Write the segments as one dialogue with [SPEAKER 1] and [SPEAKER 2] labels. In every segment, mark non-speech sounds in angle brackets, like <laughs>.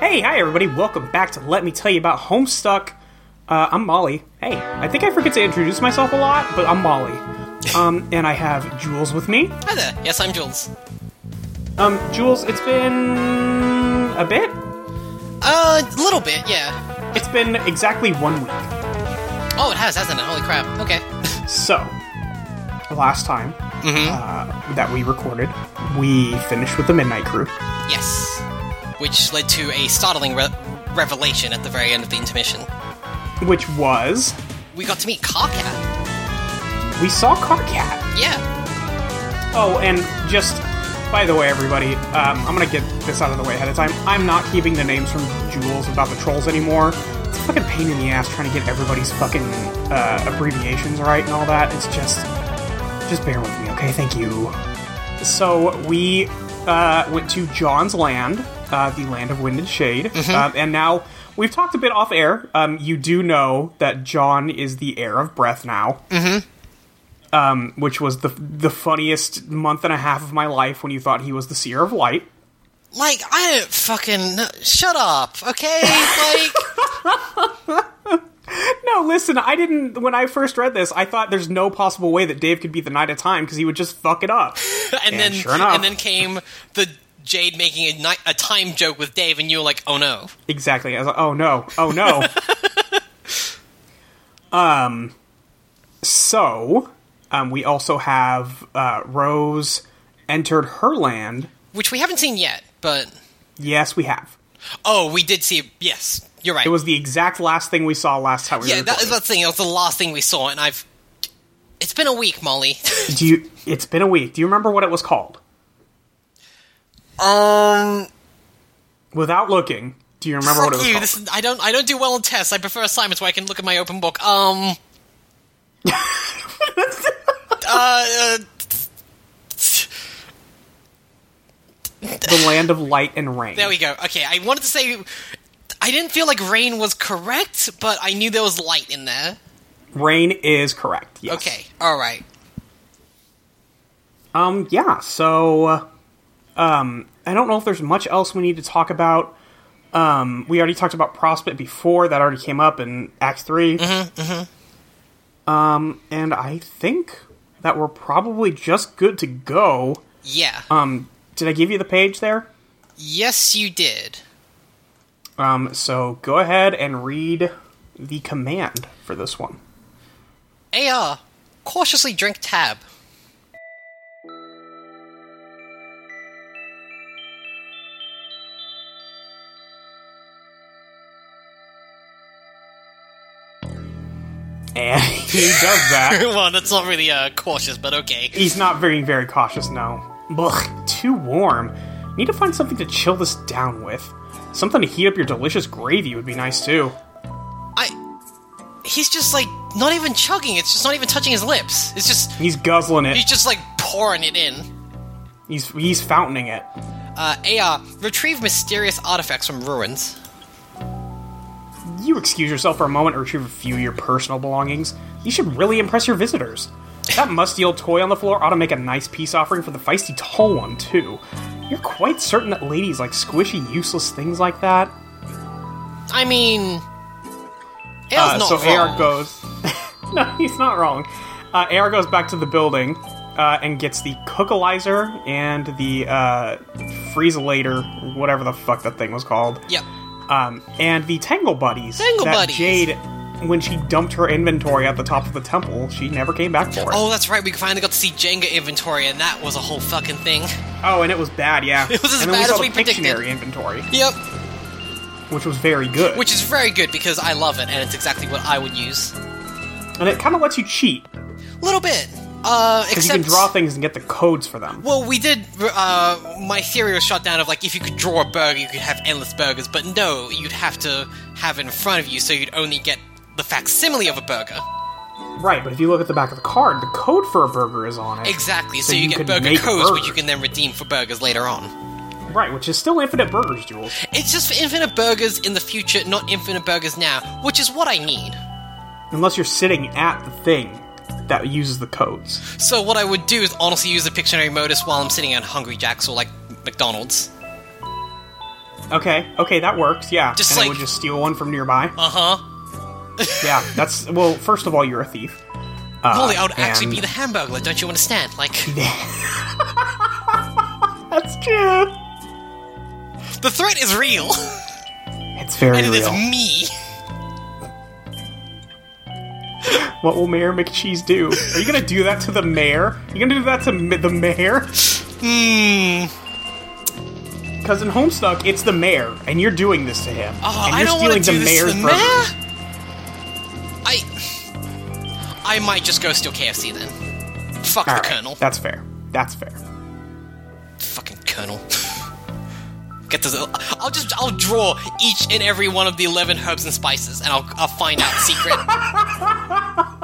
[SPEAKER 1] Hey, hi everybody. Welcome back to Let Me Tell You About Homestuck. Uh, I'm Molly. Hey, I think I forget to introduce myself a lot, but I'm Molly. Um, and I have Jules with me.
[SPEAKER 2] Hi there. Yes, I'm Jules.
[SPEAKER 1] Um, Jules, it's been a bit.
[SPEAKER 2] Uh, a little bit, yeah.
[SPEAKER 1] It's been exactly one week.
[SPEAKER 2] Oh, it has, hasn't it? Holy crap. Okay. <laughs>
[SPEAKER 1] So, last time uh, that we recorded, we finished with the Midnight Crew.
[SPEAKER 2] yes. Which led to a startling re- revelation at the very end of the intermission.
[SPEAKER 1] which was
[SPEAKER 2] We got to meet Carcat.
[SPEAKER 1] we saw Carcat.
[SPEAKER 2] Yeah.
[SPEAKER 1] Oh, and just by the way, everybody, um, I'm gonna get this out of the way ahead of time. I'm not keeping the names from Jules about the trolls anymore. It's a fucking pain in the ass trying to get everybody's fucking uh, abbreviations right and all that. It's just, just bear with me, okay? Thank you. So we uh, went to John's land, uh, the land of wind and shade, um, and now we've talked a bit off air. Um, you do know that John is the heir of breath now which was the the funniest month and a half of my life when you thought he was the seer of light.
[SPEAKER 2] Like, I don't fucking. kn- Shut up, okay?
[SPEAKER 1] <laughs>
[SPEAKER 2] Like,
[SPEAKER 1] No, listen, I didn't. When I first read this, I thought there's no possible way that Dave could be the Knight of Time because he would just fuck it up.
[SPEAKER 2] and
[SPEAKER 1] Yeah,
[SPEAKER 2] then.
[SPEAKER 1] sure enough.
[SPEAKER 2] And then came the Jade making a, ni- a time joke with Dave, and you were like, oh no.
[SPEAKER 1] exactly. I was like, oh no, oh
[SPEAKER 2] <laughs>
[SPEAKER 1] no. um, so um, we also have uh, Rose entered her land.
[SPEAKER 2] Which we haven't seen yet, but.
[SPEAKER 1] Yes, we have.
[SPEAKER 2] Oh, we did see. Yes, you're right.
[SPEAKER 1] It was the exact last thing we saw last time we
[SPEAKER 2] Yeah, that
[SPEAKER 1] recorded.
[SPEAKER 2] was the thing. That was the last thing we saw, and I've. It's been a week, Molly.
[SPEAKER 1] Do you? It's been a week. Do you remember what it was called?
[SPEAKER 2] <laughs> Um,
[SPEAKER 1] Without looking, do you remember what it
[SPEAKER 2] fuck
[SPEAKER 1] was
[SPEAKER 2] you.
[SPEAKER 1] called?
[SPEAKER 2] This is, I don't. I don't do well on tests. I prefer assignments where I can look at my open book. Um. <laughs> uh, uh,
[SPEAKER 1] the
[SPEAKER 2] <laughs>
[SPEAKER 1] land of light and rain.
[SPEAKER 2] there we go. Okay, I wanted to say I didn't feel like rain was correct, but I knew there was light in there.
[SPEAKER 1] Rain is correct. Yes.
[SPEAKER 2] Okay, all right.
[SPEAKER 1] Um. Yeah. So, um, I don't know if there's much else we need to talk about. Um, we already talked about Prospect before. That already came up in Act 3
[SPEAKER 2] Mm-hmm,
[SPEAKER 1] Um, and I think that we're probably just good to go.
[SPEAKER 2] Yeah.
[SPEAKER 1] Um, did I give you the page there?
[SPEAKER 2] yes, you did.
[SPEAKER 1] Um, so go ahead and read the command for this one.
[SPEAKER 2] AR, cautiously drink tab. <laughs>
[SPEAKER 1] And <laughs> he does that.
[SPEAKER 2] well, that's not really uh, cautious, but okay.
[SPEAKER 1] He's not being very cautious now. Ugh, too warm. Need to find something to chill this down with. Something to heat up your delicious gravy would be nice too.
[SPEAKER 2] I. He's just like not even chugging. It's just not even touching his lips. It's just
[SPEAKER 1] He's guzzling
[SPEAKER 2] he's
[SPEAKER 1] it.
[SPEAKER 2] just like pouring it in.
[SPEAKER 1] He's he's fountaining it.
[SPEAKER 2] Uh, AR, retrieve mysterious artifacts from ruins.
[SPEAKER 1] You excuse yourself for a moment and retrieve a few of your personal belongings. You should really impress your visitors. That musty old toy on the floor ought to make a nice peace offering for the feisty tall one too. You're quite certain that ladies like squishy, useless things like that.
[SPEAKER 2] I mean, AR's
[SPEAKER 1] Uh,
[SPEAKER 2] not
[SPEAKER 1] so
[SPEAKER 2] wrong.
[SPEAKER 1] AR goes. <laughs> no, he's not wrong. Uh, AR goes back to the building uh, and gets the cookalizer and the uh, freezelator, whatever the fuck that thing was called,
[SPEAKER 2] Yep.
[SPEAKER 1] um, and the tangle buddies.
[SPEAKER 2] Tangle
[SPEAKER 1] that
[SPEAKER 2] Buddies.
[SPEAKER 1] Jade, when she dumped her inventory at the top of the temple, she never came back for it.
[SPEAKER 2] Oh, that's right. We finally got to see Jenga inventory, and that was a whole fucking thing.
[SPEAKER 1] Oh, and it was bad. Yeah,
[SPEAKER 2] <laughs> It was as
[SPEAKER 1] and then
[SPEAKER 2] bad
[SPEAKER 1] we saw
[SPEAKER 2] as
[SPEAKER 1] the
[SPEAKER 2] we predicted.
[SPEAKER 1] Pictionary inventory,
[SPEAKER 2] Yep.
[SPEAKER 1] which was very good,
[SPEAKER 2] Which is very good because I love it, and it's exactly what I would use.
[SPEAKER 1] and it kind of lets you cheat
[SPEAKER 2] Little bit. Uh,
[SPEAKER 1] because you
[SPEAKER 2] except
[SPEAKER 1] can draw things and get the codes for them.
[SPEAKER 2] Well, we did. Uh, my theory was shot down of like if you could draw a burger, you could have endless burgers. But no, you'd have to have it in front of you, so you'd only get the facsimile of a burger.
[SPEAKER 1] Right, but if you look at the back of the card, the code for a burger is on it.
[SPEAKER 2] Exactly. So,
[SPEAKER 1] So
[SPEAKER 2] you,
[SPEAKER 1] you
[SPEAKER 2] get
[SPEAKER 1] could
[SPEAKER 2] burger
[SPEAKER 1] make
[SPEAKER 2] codes, which
[SPEAKER 1] burgers.
[SPEAKER 2] you can then redeem for burgers later on.
[SPEAKER 1] Right, which is still infinite burgers, Jules.
[SPEAKER 2] It's just for infinite burgers in the future, not infinite burgers now, which is what I need.
[SPEAKER 1] Unless you're sitting at the thing that uses the codes.
[SPEAKER 2] So what I would do is honestly use the Pictionary modus while I'm sitting at Hungry Jack's or like McDonald's.
[SPEAKER 1] Okay, okay, that works. Yeah,
[SPEAKER 2] Just
[SPEAKER 1] and
[SPEAKER 2] like-
[SPEAKER 1] I would just steal one from nearby.
[SPEAKER 2] Uh
[SPEAKER 1] <laughs>
[SPEAKER 2] huh.
[SPEAKER 1] yeah, that's well. First of all, you're a thief. <laughs> Uh,
[SPEAKER 2] Holy, I would actually
[SPEAKER 1] and-
[SPEAKER 2] be the Hamburglar. Don't you understand? Like
[SPEAKER 1] That's true.
[SPEAKER 2] the threat is real, <laughs>
[SPEAKER 1] It's very
[SPEAKER 2] and it is
[SPEAKER 1] real.
[SPEAKER 2] me.
[SPEAKER 1] What will Mayor McCheese do? Are you gonna do that to the mayor? You gonna do that to m- the mayor?
[SPEAKER 2] Hmm.
[SPEAKER 1] Because in Homestuck, it's the mayor, and you're doing this to him.
[SPEAKER 2] Oh,
[SPEAKER 1] and you're
[SPEAKER 2] I don't want to
[SPEAKER 1] stealing
[SPEAKER 2] do
[SPEAKER 1] the
[SPEAKER 2] this
[SPEAKER 1] mayor's
[SPEAKER 2] to the mayor.
[SPEAKER 1] burger.
[SPEAKER 2] I, I might just go steal KFC then. Fuck
[SPEAKER 1] All
[SPEAKER 2] the
[SPEAKER 1] right,
[SPEAKER 2] Colonel.
[SPEAKER 1] That's fair. That's fair.
[SPEAKER 2] Fucking Colonel. <laughs> Get this. I'll just I'll draw each and every one of the eleven herbs and spices, and I'll I'll find out
[SPEAKER 1] <laughs>
[SPEAKER 2] the secret.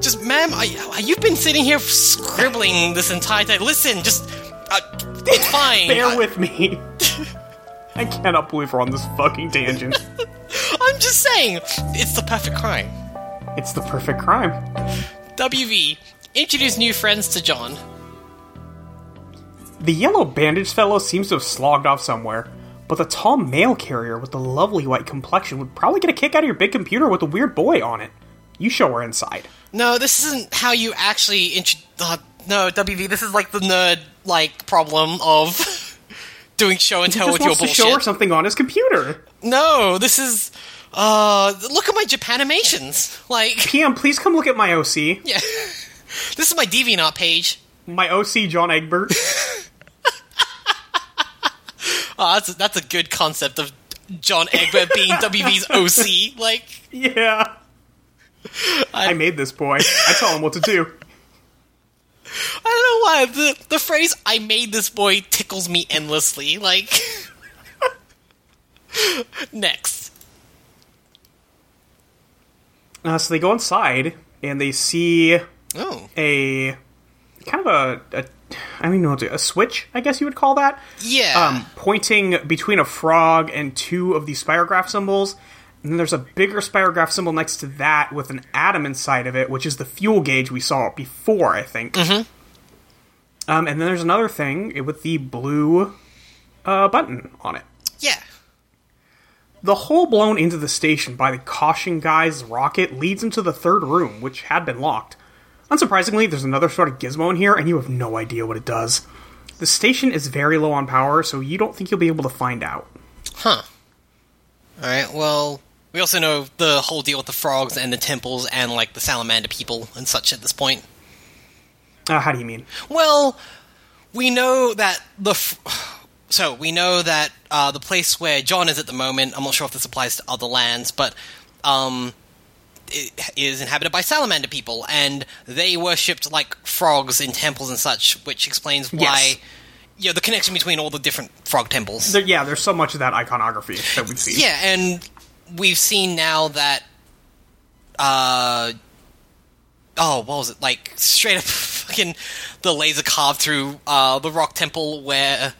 [SPEAKER 2] just, ma'am, I, you've been sitting here scribbling this entire day. Listen, just uh, it's fine.
[SPEAKER 1] Bear
[SPEAKER 2] I-
[SPEAKER 1] with me. <laughs> I cannot believe we're on this fucking tangent.
[SPEAKER 2] <laughs> I'm just saying, it's the perfect crime.
[SPEAKER 1] it's the perfect crime.
[SPEAKER 2] WV, introduce new friends to John.
[SPEAKER 1] The yellow bandaged fellow seems to have slogged off somewhere, but the tall mail carrier with the lovely white complexion would probably get a kick out of your big computer with a weird boy on it. You show her inside.
[SPEAKER 2] No, this isn't how you actually intro. Uh, no, WV, this is like the nerd like problem of <laughs> doing show and
[SPEAKER 1] He
[SPEAKER 2] tell
[SPEAKER 1] just
[SPEAKER 2] Oh, with your
[SPEAKER 1] wants to
[SPEAKER 2] bullshit.
[SPEAKER 1] show her something on his computer.
[SPEAKER 2] no, this is. Uh, look at my Japanimations. <laughs> Like,
[SPEAKER 1] PM, please come look at my OC.
[SPEAKER 2] yeah, this is my DeviantArt page.
[SPEAKER 1] My OC, John Egbert.
[SPEAKER 2] Oh, that's a, that's a good concept of John Egbert
[SPEAKER 1] <laughs>
[SPEAKER 2] being WV's OC. Like,
[SPEAKER 1] yeah. I made this boy. I tell him what to do.
[SPEAKER 2] I don't know why the the phrase "I made this boy" tickles me endlessly. Like, <laughs> next,
[SPEAKER 1] Uh, so they go inside and they see
[SPEAKER 2] oh
[SPEAKER 1] a kind of a, a I don't even know what to, a switch, I guess you would call that,
[SPEAKER 2] yeah,
[SPEAKER 1] um, pointing between a frog and two of the spirograph symbols. And then there's a bigger spirograph symbol next to that with an atom inside of it, which is the fuel gauge we saw before, I think. Um, and then there's another thing with the blue uh, button on it.
[SPEAKER 2] yeah.
[SPEAKER 1] The hole blown into the station by the caution guy's rocket leads into the third room, which had been locked. Unsurprisingly, there's another sort of gizmo in here, and you have no idea what it does. The station is very low on power, so you don't think you'll be able to find out.
[SPEAKER 2] All right. Well, we also know the whole deal with the frogs and the temples and like the salamander people and such at this point.
[SPEAKER 1] Uh, how do you mean?
[SPEAKER 2] Well, we know that the. F- <sighs> so we know that uh, the place where John is at the moment. I'm not sure if this applies to other lands, but um, it is inhabited by salamander people, and they worshipped like frogs in temples and such, which explains why.
[SPEAKER 1] Yes.
[SPEAKER 2] Yeah, the connection between all the different frog temples.
[SPEAKER 1] There, yeah, there's so much of that iconography that we see.
[SPEAKER 2] Yeah, and we've seen now that. Uh, oh, what was it? Like, straight up <laughs> fucking the laser carved through uh, the rock temple where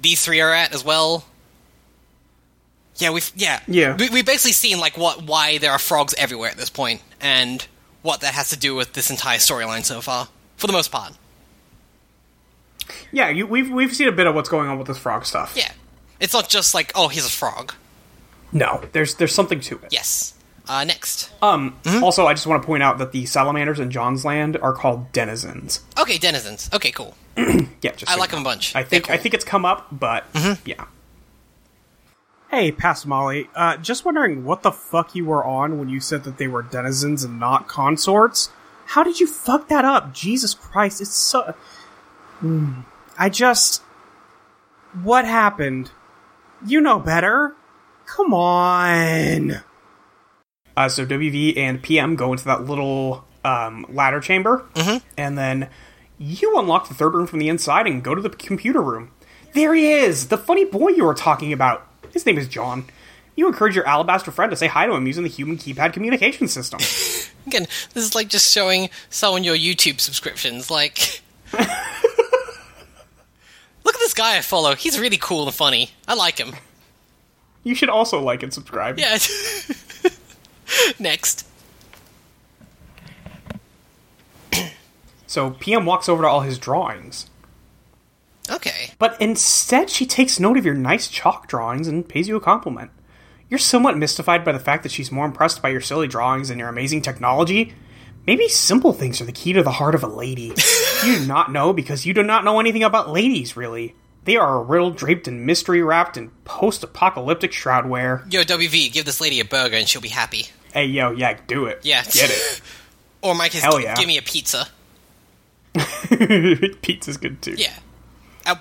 [SPEAKER 2] these three are at as well. Yeah, we've. Yeah.
[SPEAKER 1] Yeah.
[SPEAKER 2] We, we've basically seen, like, what why there are frogs everywhere at this point and what that has to do with this entire storyline so far, for the most part.
[SPEAKER 1] yeah you, we've, we've seen a bit of what's going on with this frog stuff.
[SPEAKER 2] Yeah. It's not just like, oh, here's a frog.
[SPEAKER 1] No, there's, there's something to it.
[SPEAKER 2] Yes. Uh, next.
[SPEAKER 1] Um,
[SPEAKER 2] Mm-hmm.
[SPEAKER 1] Also, I just want to point out that the salamanders in John's land are called denizens.
[SPEAKER 2] Okay, denizens. Okay, cool.
[SPEAKER 1] Yeah, just
[SPEAKER 2] I
[SPEAKER 1] so
[SPEAKER 2] like
[SPEAKER 1] you know.
[SPEAKER 2] them a bunch.
[SPEAKER 1] I think
[SPEAKER 2] They're cool.
[SPEAKER 1] I think it's come up, but yeah. Hey, past Molly. Uh, just wondering what the fuck you were on when you said that they were denizens and not consorts. How did you fuck that up? Jesus Christ! It's so. Mm. I just. What happened? You know better. Come on. Uh, so WV and PM go into that little um, ladder chamber, and then you unlock the third room from the inside and go to the computer room. There he is, the funny boy you were talking about. His name is John. You encourage your alabaster friend to say hi to him using the human keypad communication system.
[SPEAKER 2] Again, this is like just showing someone your YouTube subscriptions. Like,
[SPEAKER 1] <laughs>
[SPEAKER 2] look at this guy I follow. He's really cool and funny. I like him.
[SPEAKER 1] you should also like and subscribe.
[SPEAKER 2] Yeah. <laughs> Next.
[SPEAKER 1] So PM walks over to all his drawings.
[SPEAKER 2] Okay.
[SPEAKER 1] But instead, she takes note of your nice chalk drawings and pays you a compliment. You're somewhat mystified by the fact that she's more impressed by your silly drawings and your amazing technology. Maybe simple things are the key to the heart of a
[SPEAKER 2] <laughs>
[SPEAKER 1] lady. you do not know because you do not know anything about ladies, really. They are a riddle draped in mystery wrapped in post apocalyptic shroudware.
[SPEAKER 2] Yo, WV, give this lady a burger and she'll be happy.
[SPEAKER 1] Hey, yo, yeah, do it.
[SPEAKER 2] Yeah.
[SPEAKER 1] Get it.
[SPEAKER 2] Or Mike is,
[SPEAKER 1] Hell yeah.
[SPEAKER 2] give me a pizza. <laughs>
[SPEAKER 1] <laughs> Pizza's good too.
[SPEAKER 2] Yeah. At,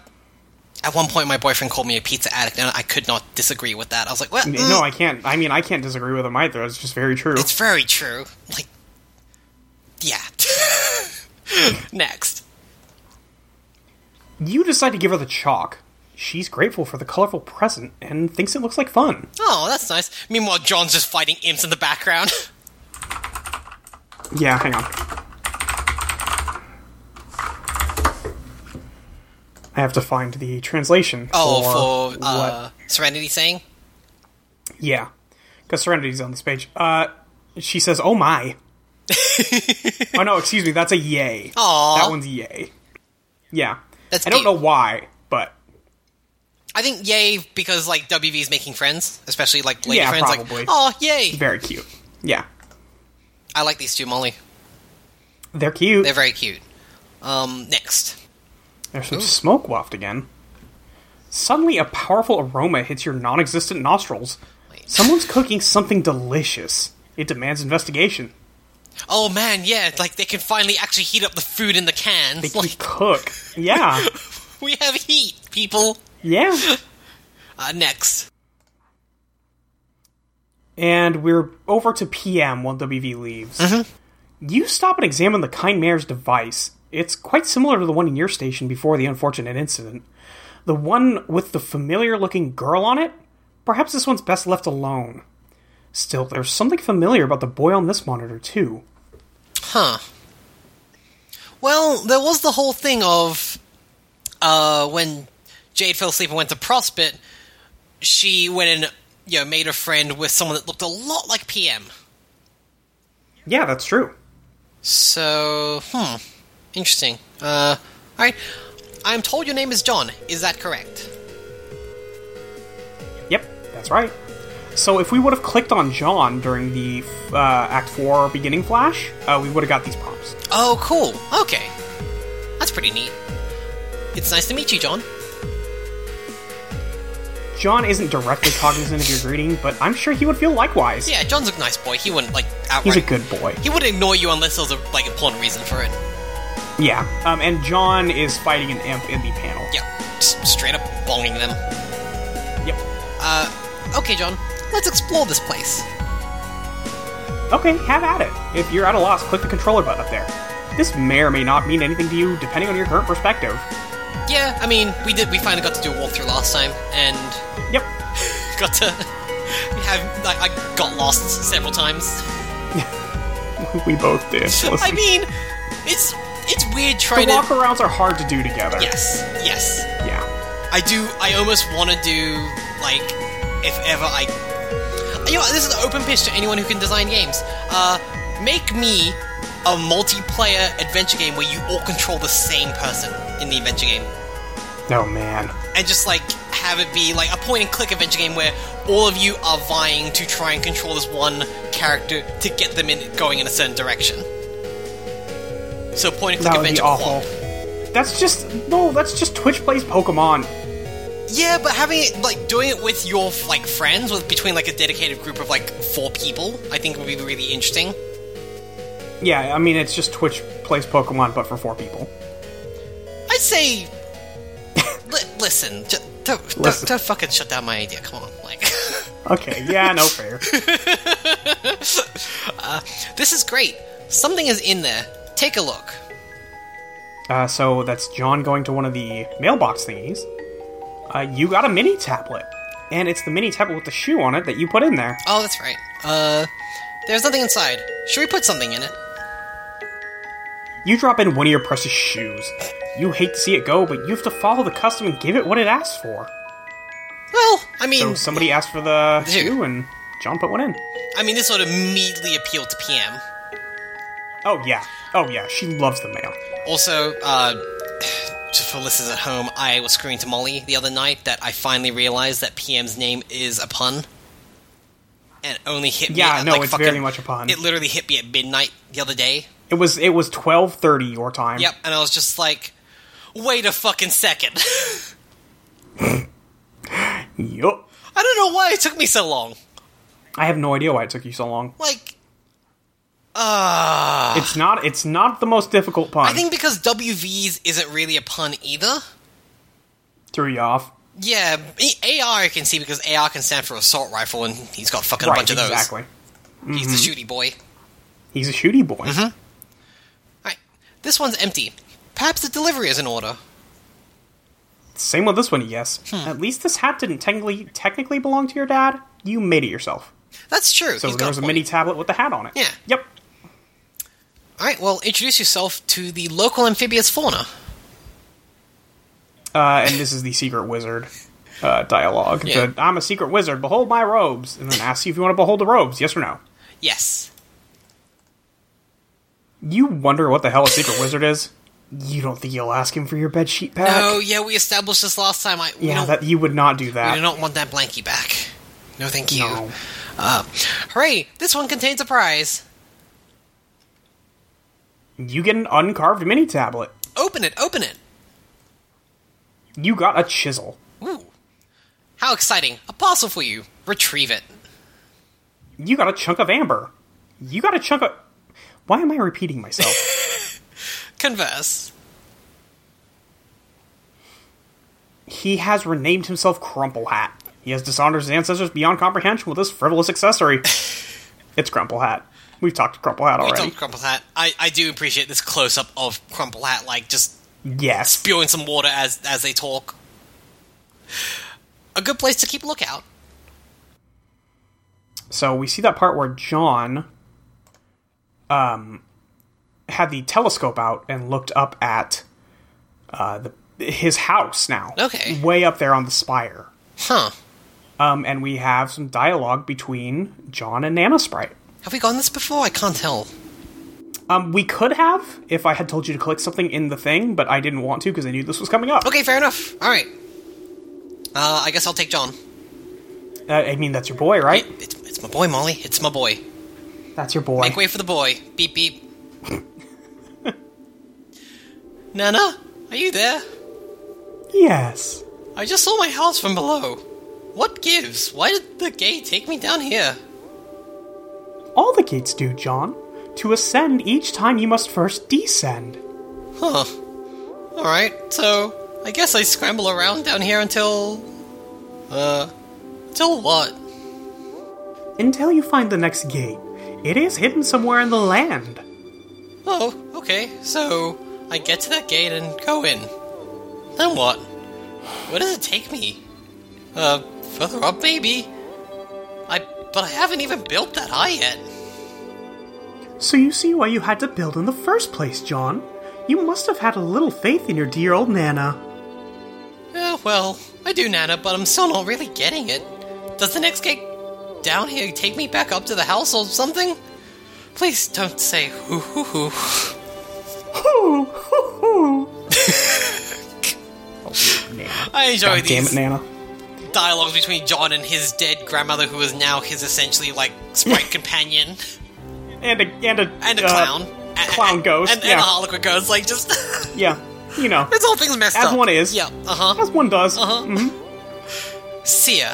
[SPEAKER 2] at one point, my boyfriend called me a pizza addict, and I could not disagree with that. I was like, well, mm,
[SPEAKER 1] No, I can't. I mean, I can't disagree with him either. It's just very true.
[SPEAKER 2] it's very true. Like, yeah. <laughs> Next.
[SPEAKER 1] You decide to give her the chalk. She's grateful for the colorful present and thinks it looks like fun.
[SPEAKER 2] Oh, that's nice. Meanwhile, John's just fighting imps in the background. <laughs>
[SPEAKER 1] Yeah, hang on. I have to find the translation.
[SPEAKER 2] Oh, for,
[SPEAKER 1] what-
[SPEAKER 2] uh, Serenity saying?
[SPEAKER 1] Yeah, because Serenity's on this page. Uh, she says, "Oh
[SPEAKER 2] <laughs>
[SPEAKER 1] my." oh no, excuse me. That's a yay.
[SPEAKER 2] Aw.
[SPEAKER 1] That one's yay. Yeah,
[SPEAKER 2] That's
[SPEAKER 1] I don't
[SPEAKER 2] cute.
[SPEAKER 1] know why, but
[SPEAKER 2] I think yay because like WV's making friends, especially like lady
[SPEAKER 1] Yeah,
[SPEAKER 2] friends.
[SPEAKER 1] probably.
[SPEAKER 2] Like, oh yay!
[SPEAKER 1] very cute. Yeah,
[SPEAKER 2] I like these two, Molly.
[SPEAKER 1] they're cute.
[SPEAKER 2] They're very cute. Um, next.
[SPEAKER 1] There's
[SPEAKER 2] Oh.
[SPEAKER 1] some smoke waft again. Suddenly, a powerful aroma hits your non existent nostrils.
[SPEAKER 2] Wait.
[SPEAKER 1] Someone's cooking something delicious. It demands investigation.
[SPEAKER 2] Oh man, yeah, like they can finally actually heat up the food in the cans.
[SPEAKER 1] They can
[SPEAKER 2] <laughs> like
[SPEAKER 1] cook.
[SPEAKER 2] <laughs>
[SPEAKER 1] Yeah.
[SPEAKER 2] we have heat, people.
[SPEAKER 1] Yeah.
[SPEAKER 2] Uh, next.
[SPEAKER 1] And we're over to PM while WV leaves. You stop and examine the kind mayor's device. It's quite similar to the one in your station before the unfortunate incident. The one with the familiar looking girl on it? Perhaps this one's best left alone. Still, there's something familiar about the boy on this monitor, too.
[SPEAKER 2] Huh. Well, there was the whole thing of uh, when Jade fell asleep and went to Prospect, she went and you know, made a friend with someone that looked a lot like PM.
[SPEAKER 1] Yeah, that's true.
[SPEAKER 2] So, hmm. Interesting. Uh, alright. I'm told your name is John. Is that correct?
[SPEAKER 1] Yep, that's right. So if we would have clicked on John during the uh, Act 4 beginning flash, uh, we would have got these prompts.
[SPEAKER 2] Oh, cool. Okay. That's pretty neat. It's nice to meet you, John.
[SPEAKER 1] John isn't directly cognizant of your greeting, but I'm sure he would feel likewise.
[SPEAKER 2] Yeah, John's a nice boy. He wouldn't, like, outright.
[SPEAKER 1] He's a good boy.
[SPEAKER 2] He would ignore you unless there was a, like, important reason for it.
[SPEAKER 1] Yeah. Um, and John is fighting an imp in the panel.
[SPEAKER 2] Yeah, just straight up bonging them. Uh,
[SPEAKER 1] Yep.
[SPEAKER 2] Okay, John, let's explore this place.
[SPEAKER 1] Okay, have at it. If you're at a loss, click the controller button up there. This may or may not mean anything to you, depending on your current perspective.
[SPEAKER 2] Yeah, I mean, we did. We finally got to do a walkthrough last time, and <laughs>
[SPEAKER 1] Yep. <laughs>
[SPEAKER 2] got to <laughs> have. Like, I got lost several times.
[SPEAKER 1] we both
[SPEAKER 2] <laughs>
[SPEAKER 1] did.
[SPEAKER 2] I mean, it's it's weird
[SPEAKER 1] the
[SPEAKER 2] trying to.
[SPEAKER 1] walkarounds are hard to do together.
[SPEAKER 2] Yes, yes.
[SPEAKER 1] Yeah.
[SPEAKER 2] I do. I almost want to do like if ever I. You know, what, this is an open pitch to anyone who can design games. Uh, make me a multiplayer adventure game where you all control the same person in the adventure game,
[SPEAKER 1] Oh, man.
[SPEAKER 2] and just like have it be like a point and click adventure game where all of you are vying to try and control this one character to get them in going in a certain direction. So point and click
[SPEAKER 1] That would be
[SPEAKER 2] adventure.
[SPEAKER 1] awful.
[SPEAKER 2] co-op.
[SPEAKER 1] That's just no. That's just Twitch plays Pokemon.
[SPEAKER 2] Yeah, but having it like doing it with your like friends with between like a dedicated group of like four people, I think would be really interesting.
[SPEAKER 1] Yeah, I mean it's just Twitch plays Pokemon, but for four people.
[SPEAKER 2] I'd say, <laughs> li- listen, ju- don't, don't-
[SPEAKER 1] Listen.
[SPEAKER 2] don't fucking shut down my idea. Come on, like <laughs>
[SPEAKER 1] Okay. Yeah. No fair.
[SPEAKER 2] this is great. Something is in there. Take a look.
[SPEAKER 1] Uh, so that's John going to one of the mailbox thingies. Uh, you got a mini tablet, and it's the mini tablet with the shoe on it that you put in there.
[SPEAKER 2] Oh, that's right. Uh, there's nothing inside. Should we put something in it?
[SPEAKER 1] You drop in one of your precious shoes. You hate to see it go, but you have to follow the custom and give it what it asks for.
[SPEAKER 2] Well, I
[SPEAKER 1] So
[SPEAKER 2] mean,
[SPEAKER 1] somebody asked for the
[SPEAKER 2] Shoe.
[SPEAKER 1] shoe, and John put one in.
[SPEAKER 2] I mean, this would immediately appeal to PM.
[SPEAKER 1] Oh yeah. Oh yeah. She loves the mail.
[SPEAKER 2] Also, uh, <sighs> just for listeners at home, I was screaming to Molly the other night that I finally realized that PM's name is a pun. And it only hit me
[SPEAKER 1] Yeah,
[SPEAKER 2] at
[SPEAKER 1] no,
[SPEAKER 2] like
[SPEAKER 1] it's
[SPEAKER 2] fucking,
[SPEAKER 1] very much a pun.
[SPEAKER 2] It literally hit me at midnight the other day.
[SPEAKER 1] It was it was twelve thirty your time.
[SPEAKER 2] Yep, and I was just like, wait a fucking second. <laughs>
[SPEAKER 1] Yup.
[SPEAKER 2] I don't know why it took me so long.
[SPEAKER 1] I have no idea why it took you so long.
[SPEAKER 2] Like,
[SPEAKER 1] It's not it's not the most difficult pun.
[SPEAKER 2] Ah. I think because WVs isn't really a pun either.
[SPEAKER 1] threw you off.
[SPEAKER 2] Yeah, E, A- AR I can see because AR can stand for assault rifle, and he's got fucking
[SPEAKER 1] right,
[SPEAKER 2] a bunch of those.
[SPEAKER 1] exactly. Mm-hmm.
[SPEAKER 2] He's the shooty boy.
[SPEAKER 1] He's a shooty boy.
[SPEAKER 2] Mm-hmm. Alright, this one's empty. Perhaps the delivery is in order.
[SPEAKER 1] Same with this one, yes.
[SPEAKER 2] Hmm.
[SPEAKER 1] At least this hat didn't technically technically belong to your dad. You made it yourself.
[SPEAKER 2] That's true.
[SPEAKER 1] So
[SPEAKER 2] he's got
[SPEAKER 1] there was a
[SPEAKER 2] point.
[SPEAKER 1] mini tablet with the hat on it.
[SPEAKER 2] Yeah.
[SPEAKER 1] Yep.
[SPEAKER 2] All right, well, introduce yourself to the local amphibious fauna.
[SPEAKER 1] Uh, and this is the secret wizard uh, dialogue.
[SPEAKER 2] Yeah.
[SPEAKER 1] The, I'm a secret wizard. Behold my robes, and then asks you if you want to behold the robes. Yes or no.
[SPEAKER 2] Yes.
[SPEAKER 1] You wonder what the hell a secret wizard is. You don't think you'll ask him for your bed sheet back?
[SPEAKER 2] Oh, yeah, we established this last time. I,
[SPEAKER 1] yeah,
[SPEAKER 2] no,
[SPEAKER 1] that you would not do
[SPEAKER 2] we
[SPEAKER 1] that.
[SPEAKER 2] do not want that blankie back. No, thank you.
[SPEAKER 1] no.
[SPEAKER 2] Uh, hooray, this one contains a prize.
[SPEAKER 1] You get an uncarved mini tablet.
[SPEAKER 2] Open it, open it.
[SPEAKER 1] You got a chisel.
[SPEAKER 2] Ooh. How exciting. A parcel for you. Retrieve it.
[SPEAKER 1] You got a chunk of amber. You got a chunk of. Why am I repeating myself?
[SPEAKER 2] Converse.
[SPEAKER 1] he has renamed himself Crumple Hat. He has dishonored his ancestors beyond comprehension with this frivolous accessory.
[SPEAKER 2] <laughs>
[SPEAKER 1] it's Crumple Hat. We've talked to Crumple Hat
[SPEAKER 2] We
[SPEAKER 1] already.
[SPEAKER 2] told Crumple Hat. I, I do appreciate this close up of Crumple Hat, like just
[SPEAKER 1] yes.
[SPEAKER 2] spewing some water as as they talk. A good place to keep lookout.
[SPEAKER 1] So we see that part where John um had the telescope out and looked up at uh the his house now.
[SPEAKER 2] Okay.
[SPEAKER 1] Way up there on the spire.
[SPEAKER 2] Huh.
[SPEAKER 1] Um and we have some dialogue between John and Nanosprite.
[SPEAKER 2] Have we gone this before? I can't tell.
[SPEAKER 1] Um we could have if I had told you to click something in the thing, but I didn't want to because I knew this was coming up.
[SPEAKER 2] Okay, fair enough. All right. Uh, I guess I'll take John.
[SPEAKER 1] Uh, I mean that's your boy, right?
[SPEAKER 2] It's, it's my boy, Molly. It's my boy.
[SPEAKER 1] That's your boy.
[SPEAKER 2] Make way for the boy. Beep beep. Nana, are you there?
[SPEAKER 1] Yes.
[SPEAKER 2] I just saw my house from below. What gives? Why did the gay take me down here?
[SPEAKER 1] All the gates do, John. To ascend each time you must first descend.
[SPEAKER 2] Huh. Alright, so I guess I scramble around down here until. Uh. Until what?
[SPEAKER 1] until you find the next gate. It is hidden somewhere in the land.
[SPEAKER 2] Oh, okay, so I get to that gate and go in. Then what? Where does it take me? Uh, further up, maybe? I. But I haven't even built that high yet.
[SPEAKER 1] So you see why you had to build in the first place, John. You must have had a little faith in your dear old Nana.
[SPEAKER 2] Yeah, Eh, well, I do, Nana, but I'm still not really getting it. Does the next gate down here take me back up to the house or something? Please don't say hoo hoo hoo.
[SPEAKER 1] Hoo, hoo, hoo.
[SPEAKER 2] I enjoy
[SPEAKER 1] Damn
[SPEAKER 2] these
[SPEAKER 1] it, Nana.
[SPEAKER 2] dialogues between John and his dead grandmother, who is now his essentially like
[SPEAKER 1] <laughs>
[SPEAKER 2] sprite companion
[SPEAKER 1] And a and a
[SPEAKER 2] and a
[SPEAKER 1] uh,
[SPEAKER 2] clown, A-
[SPEAKER 1] clown
[SPEAKER 2] a-
[SPEAKER 1] ghost,
[SPEAKER 2] and,
[SPEAKER 1] yeah.
[SPEAKER 2] and a harlequin ghost. Like just <laughs>
[SPEAKER 1] Yeah, you know,
[SPEAKER 2] this whole thing's messed
[SPEAKER 1] As
[SPEAKER 2] up.
[SPEAKER 1] one is.
[SPEAKER 2] Yeah. Uh huh.
[SPEAKER 1] as one does. Mm-hmm.
[SPEAKER 2] See ya.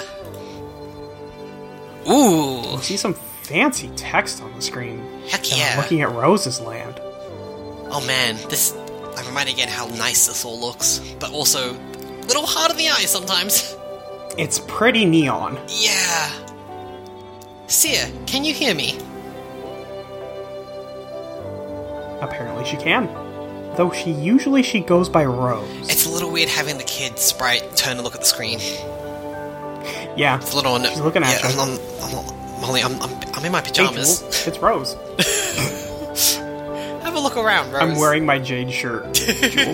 [SPEAKER 2] Ooh.
[SPEAKER 1] See some fancy text on the screen.
[SPEAKER 2] Heck
[SPEAKER 1] Uh,
[SPEAKER 2] yeah.
[SPEAKER 1] looking at Rose's land.
[SPEAKER 2] Oh man, this. I'm reminded again how nice this all looks, but also a little hard on the eye sometimes. <laughs>
[SPEAKER 1] It's pretty neon.
[SPEAKER 2] Yeah. Sia, can you hear me?
[SPEAKER 1] Apparently, she can. Though she usually she goes by
[SPEAKER 2] <laughs>
[SPEAKER 1] Rose.
[SPEAKER 2] It's a little weird having the kid sprite turn to look at the screen.
[SPEAKER 1] yeah,
[SPEAKER 2] It's a little.
[SPEAKER 1] She's looking at
[SPEAKER 2] yeah,
[SPEAKER 1] you.
[SPEAKER 2] I'm, I'm, Molly, I'm, I'm, I'm in my
[SPEAKER 1] Hey,
[SPEAKER 2] pajamas.
[SPEAKER 1] Jewel, it's Rose.
[SPEAKER 2] Have a look around, Rose.
[SPEAKER 1] I'm wearing my Jade shirt. Jewel.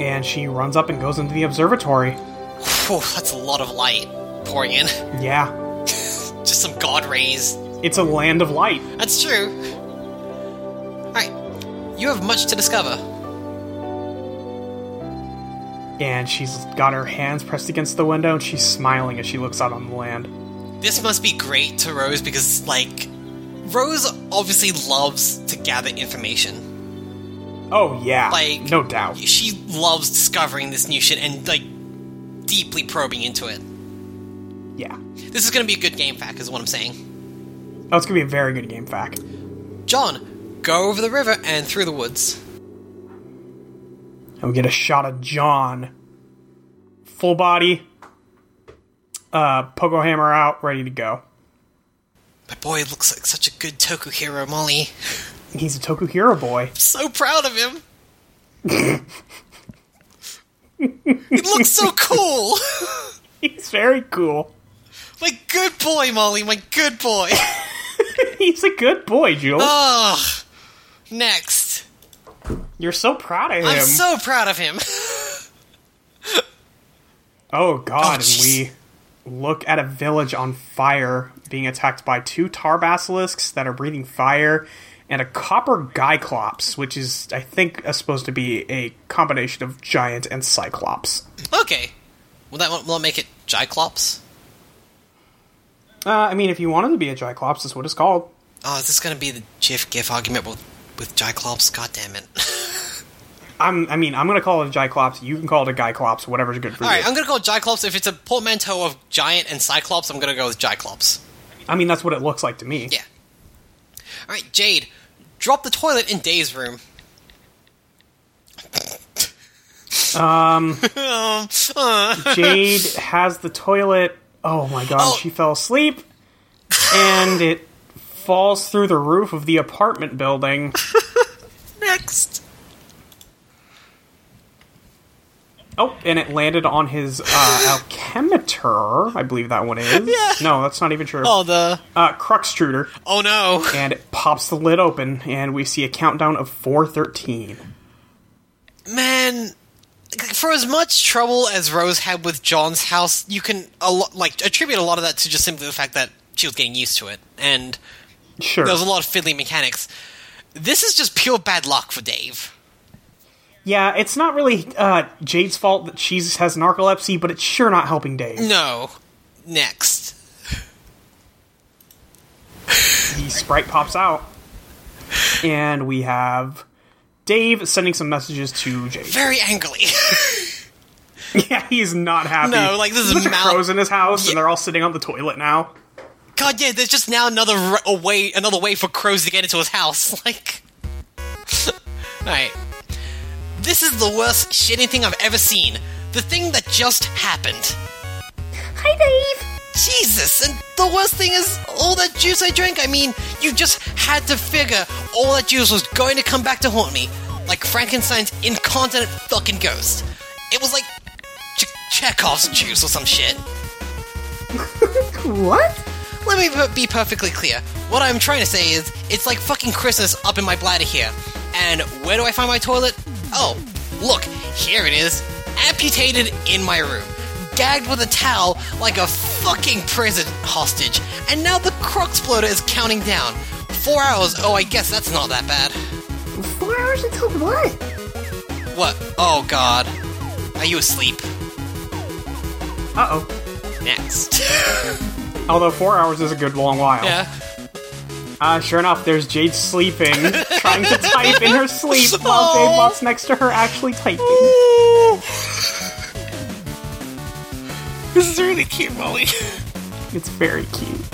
[SPEAKER 1] and she runs up and goes into the observatory.
[SPEAKER 2] Whew, that's a lot of light pouring in. <laughs>
[SPEAKER 1] Yeah,
[SPEAKER 2] Just some god rays.
[SPEAKER 1] it's a land of light.
[SPEAKER 2] That's true. Alright. You have much to discover.
[SPEAKER 1] And she's got her hands pressed against the window, and she's smiling as she looks out on the land.
[SPEAKER 2] This must be great to Rose because, like, Rose obviously loves to gather information.
[SPEAKER 1] Oh yeah,
[SPEAKER 2] Like-
[SPEAKER 1] no doubt.
[SPEAKER 2] She loves discovering this new shit and, like, deeply probing into it.
[SPEAKER 1] Yeah.
[SPEAKER 2] This is going to be a good game fact, is what I'm saying.
[SPEAKER 1] Oh, it's gonna be a very good game, fact.
[SPEAKER 2] John, go over the river and through the woods.
[SPEAKER 1] And we get a shot of John. Full body. Uh, pogo hammer out, ready to go.
[SPEAKER 2] My boy looks like such a good Toku hero, Molly.
[SPEAKER 1] He's a Toku hero boy. <laughs>
[SPEAKER 2] so proud of him. it looks so cool. <laughs>
[SPEAKER 1] He's very cool.
[SPEAKER 2] my good boy, Molly. My good boy.
[SPEAKER 1] He's a good boy, Jules.
[SPEAKER 2] Oh. Ugh. Ah, Next,
[SPEAKER 1] You're so proud of him.
[SPEAKER 2] I'm so proud of him. <laughs>
[SPEAKER 1] oh
[SPEAKER 2] Oh,
[SPEAKER 1] god, and
[SPEAKER 2] jeez.
[SPEAKER 1] we look at a village on fire being attacked by two tar basilisks that are breathing fire and a copper gyclops, which is I think uh, supposed to be a combination of giant and cyclops.
[SPEAKER 2] okay, will that will that make it Gyclops?
[SPEAKER 1] Uh, I mean, if you wanted to be a gyclops, that's what it's called.
[SPEAKER 2] Oh, is this gonna be the GIF GIF argument with with Gyclops? God damn it! <laughs>
[SPEAKER 1] I'm, I mean, I'm gonna call it a gyclops. You can call it a gyclops. Whatever's good for
[SPEAKER 2] All
[SPEAKER 1] you.
[SPEAKER 2] right, I'm gonna go with Gyclops. If it's a portmanteau of giant and Cyclops, I'm gonna go with Gyclops.
[SPEAKER 1] I mean, that's what it looks like to me.
[SPEAKER 2] Yeah. All right, Jade, drop the toilet in Dave's room.
[SPEAKER 1] <laughs> Jade has the toilet. Oh my god,
[SPEAKER 2] Oh.
[SPEAKER 1] she fell asleep, and it falls through the roof of the apartment building.
[SPEAKER 2] Next.
[SPEAKER 1] Oh, and it landed on his uh, alchemeter. I believe that one is.
[SPEAKER 2] Yeah.
[SPEAKER 1] No, that's not even true.
[SPEAKER 2] Oh the.
[SPEAKER 1] Uh, Cruxtruder,
[SPEAKER 2] Oh no.
[SPEAKER 1] and it pops the lid open, and we see a countdown of four thirteen.
[SPEAKER 2] Man, for as much trouble as Rose had with John's house, you can a lot, like attribute a lot of that to just simply the fact that she was getting used to it, and
[SPEAKER 1] Sure.
[SPEAKER 2] there was a lot of fiddly mechanics. This is just pure bad luck for Dave.
[SPEAKER 1] Yeah, it's not really uh, Jade's fault that she has narcolepsy, but it's sure not helping Dave.
[SPEAKER 2] <laughs> No. Next.
[SPEAKER 1] the sprite pops out, and we have Dave sending some messages to Jade. <laughs>
[SPEAKER 2] Very angrily. <laughs>
[SPEAKER 1] Yeah, he's not happy.
[SPEAKER 2] No, like, this is
[SPEAKER 1] Look at
[SPEAKER 2] mal-
[SPEAKER 1] crows in his house, and they're all sitting on the toilet now.
[SPEAKER 2] God, yeah, there's just now another r- a way, another way for crows to get into his house. <laughs> Like, all right, this is the worst shitty thing I've ever seen. The thing that just happened.
[SPEAKER 1] Hi, Dave.
[SPEAKER 2] Jesus, and the worst thing is all that juice I drank. I mean, you just had to figure all that juice was going to come back to haunt me, like Frankenstein's incontinent fucking ghost. It was like Ch- Chekhov's juice or some shit.
[SPEAKER 1] What?
[SPEAKER 2] Let me p- be perfectly clear. What I'm trying to say is, it's like fucking Christmas up in my bladder here. And where do I find my toilet? Oh, look, here it is. Amputated in my room. Gagged with a towel like a fucking prison hostage. And now the Cruxploder is counting down. Four hours, oh, I guess that's not that bad.
[SPEAKER 1] Four hours until what?
[SPEAKER 2] What? Oh, God. Are you asleep?
[SPEAKER 1] Uh oh.
[SPEAKER 2] Next.
[SPEAKER 1] Although four hours is a good long while.
[SPEAKER 2] yeah.
[SPEAKER 1] Uh, sure enough, there's Jade
[SPEAKER 2] <laughs>
[SPEAKER 1] sleeping, trying to type in her sleep while
[SPEAKER 2] Oh.
[SPEAKER 1] Dave walks next to her actually typing.
[SPEAKER 2] this is really cute, Molly. <laughs>
[SPEAKER 1] It's very cute.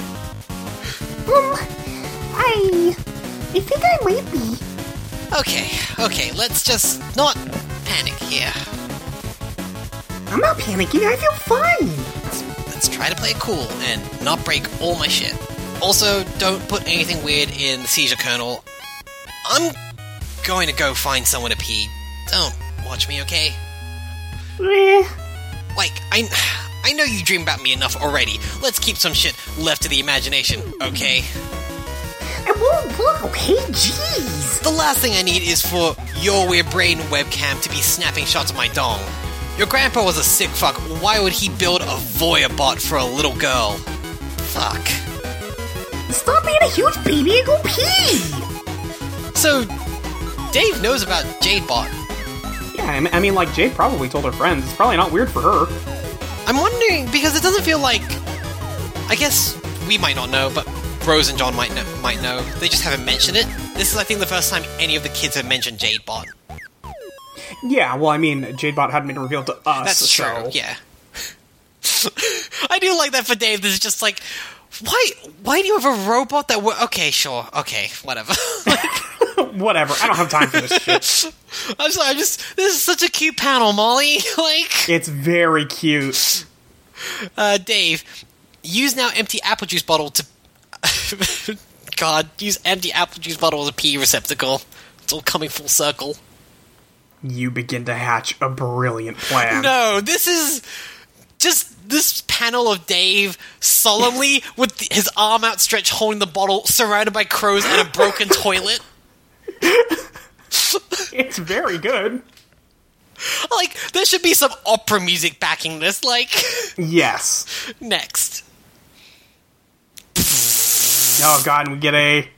[SPEAKER 3] Um, I, I think I might be.
[SPEAKER 2] <laughs> Okay, okay, let's just not panic here.
[SPEAKER 3] I'm not panicking. I feel fine.
[SPEAKER 2] Let's try to play it cool and not break all my shit. Also, don't put anything weird in the seizure kernel. I'm going to go find someone to pee. Don't watch me, okay?
[SPEAKER 3] Eh,
[SPEAKER 2] Like, I, <sighs> I know you dream about me enough already. Let's keep some shit left to the imagination, okay?
[SPEAKER 3] I won't look. Okay, jeez.
[SPEAKER 2] The last thing I need is for your weird brain webcam to be snapping shots of my dong. Your grandpa was a sick fuck. Why would he build a voyeur bot for a little girl? Fuck.
[SPEAKER 3] Stop being a huge baby and go pee.
[SPEAKER 2] So, Dave knows about Jadebot.
[SPEAKER 1] Yeah, I mean- I mean, like, Jade probably told her friends. It's probably not weird for her.
[SPEAKER 2] I'm wondering because it doesn't feel like. I guess we might not know, but Rose and John might know. Might know. They just haven't mentioned it. This is, I think, the first time any of the kids have mentioned Jadebot.
[SPEAKER 1] Yeah, well, I mean, Jadebot hadn't been revealed to us.
[SPEAKER 2] That's true.
[SPEAKER 1] so-
[SPEAKER 2] Yeah. <laughs> I do like that for Dave. This is just like, why? Why do you have a robot that? Wo- okay, sure. Okay, whatever. <laughs>
[SPEAKER 1] <laughs> Whatever. I don't have time for this shit.
[SPEAKER 2] I'm sorry. I'm just. This is such a cute panel, Molly. <laughs> like,
[SPEAKER 1] It's very cute.
[SPEAKER 2] uh, Dave, use now empty apple juice bottle to. <laughs> God, use empty apple juice bottle as a pee receptacle. It's all coming full circle.
[SPEAKER 1] You begin to hatch a brilliant plan.
[SPEAKER 2] No, this is just this panel of Dave <laughs> solemnly with th- his arm outstretched holding the bottle, surrounded by crows and a <laughs> broken toilet.
[SPEAKER 1] It's very good.
[SPEAKER 2] Like, there should be some opera music backing this. Like, <laughs>
[SPEAKER 1] Yes.
[SPEAKER 2] next.
[SPEAKER 1] Oh, God, and we get a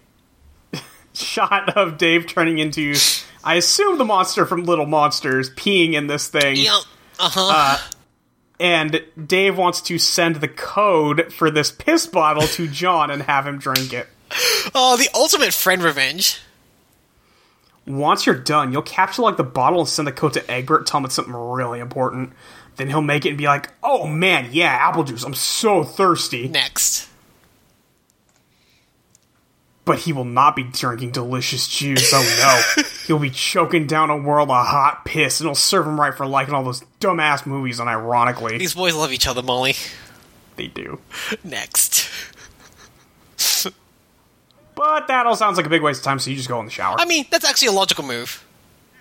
[SPEAKER 1] <laughs> shot of Dave turning into, I assume, the monster from Little Monsters peeing in this thing.
[SPEAKER 2] Yeah. Uh-huh.
[SPEAKER 1] And Dave wants to send the code for this piss bottle to John and have him drink it.
[SPEAKER 2] Oh, the ultimate friend revenge.
[SPEAKER 1] Once you're done, you'll capture like the bottle and send the code to Egbert, tell him it's something really important. Then he'll make it and be like, "Oh man, yeah, apple juice. I'm so thirsty."
[SPEAKER 2] Next.
[SPEAKER 1] But he will not be drinking delicious juice. Oh no, he'll be choking down a world of hot piss, and it'll serve him right for liking all those dumbass movies. And ironically,
[SPEAKER 2] These boys love each other, Molly.
[SPEAKER 1] they do.
[SPEAKER 2] Next.
[SPEAKER 1] But that all sounds like a big waste of time. So you just go in the shower.
[SPEAKER 2] I mean, that's actually a logical move.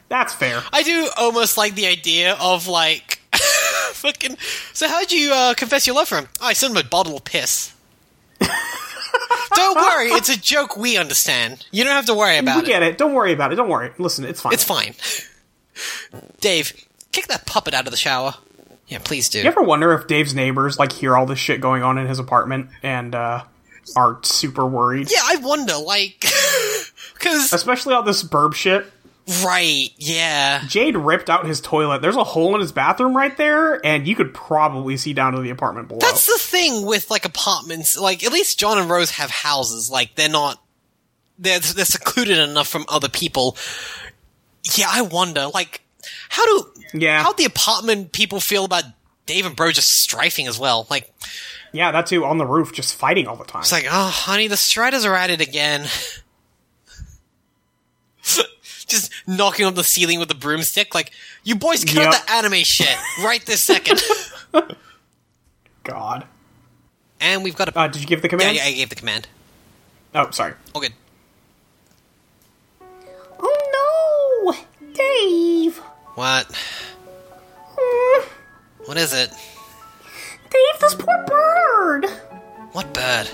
[SPEAKER 1] That's fair.
[SPEAKER 2] I do almost like the idea of like <laughs> fucking. So how'd you uh, confess your love for him? I sent him a bottle of piss. don't worry, it's a joke. We understand. You don't have to worry about
[SPEAKER 1] We
[SPEAKER 2] it.
[SPEAKER 1] get it. Don't worry about it. Don't worry. Listen, it's fine.
[SPEAKER 2] It's fine. Dave, kick that puppet out of the shower. Yeah, please do.
[SPEAKER 1] You ever wonder if Dave's neighbors like hear all this shit going on in his apartment and uh, are super worried?
[SPEAKER 2] Yeah, I wonder, like, <laughs> because
[SPEAKER 1] especially all this burb shit.
[SPEAKER 2] right, yeah,
[SPEAKER 1] Jade ripped out his toilet. There's a hole in his bathroom right there, and you could probably see down to the apartment below.
[SPEAKER 2] that's the thing with like apartments. Like, at least John and Rose have houses. Like, they're not they're they're secluded enough from other people. Yeah, I wonder, like, how do
[SPEAKER 1] Yeah.
[SPEAKER 2] how the apartment people feel about Dave and Bro just strifing as well? Like,
[SPEAKER 1] yeah, that too on the roof, just fighting all the time.
[SPEAKER 2] it's like, oh, honey, the Striders are at it again. <laughs> Just knocking on the ceiling with a broomstick, like you boys cut
[SPEAKER 1] Yep.
[SPEAKER 2] out the anime shit right this second.
[SPEAKER 1] <laughs> God.
[SPEAKER 2] and we've got a.
[SPEAKER 1] Uh, did you give the
[SPEAKER 2] yeah,
[SPEAKER 1] command?
[SPEAKER 2] yeah, I gave the command.
[SPEAKER 1] Oh, sorry.
[SPEAKER 2] All good.
[SPEAKER 3] Oh no! Dave! Hmm.
[SPEAKER 2] What? What is it?
[SPEAKER 3] Dave, this poor bird!
[SPEAKER 2] What bird?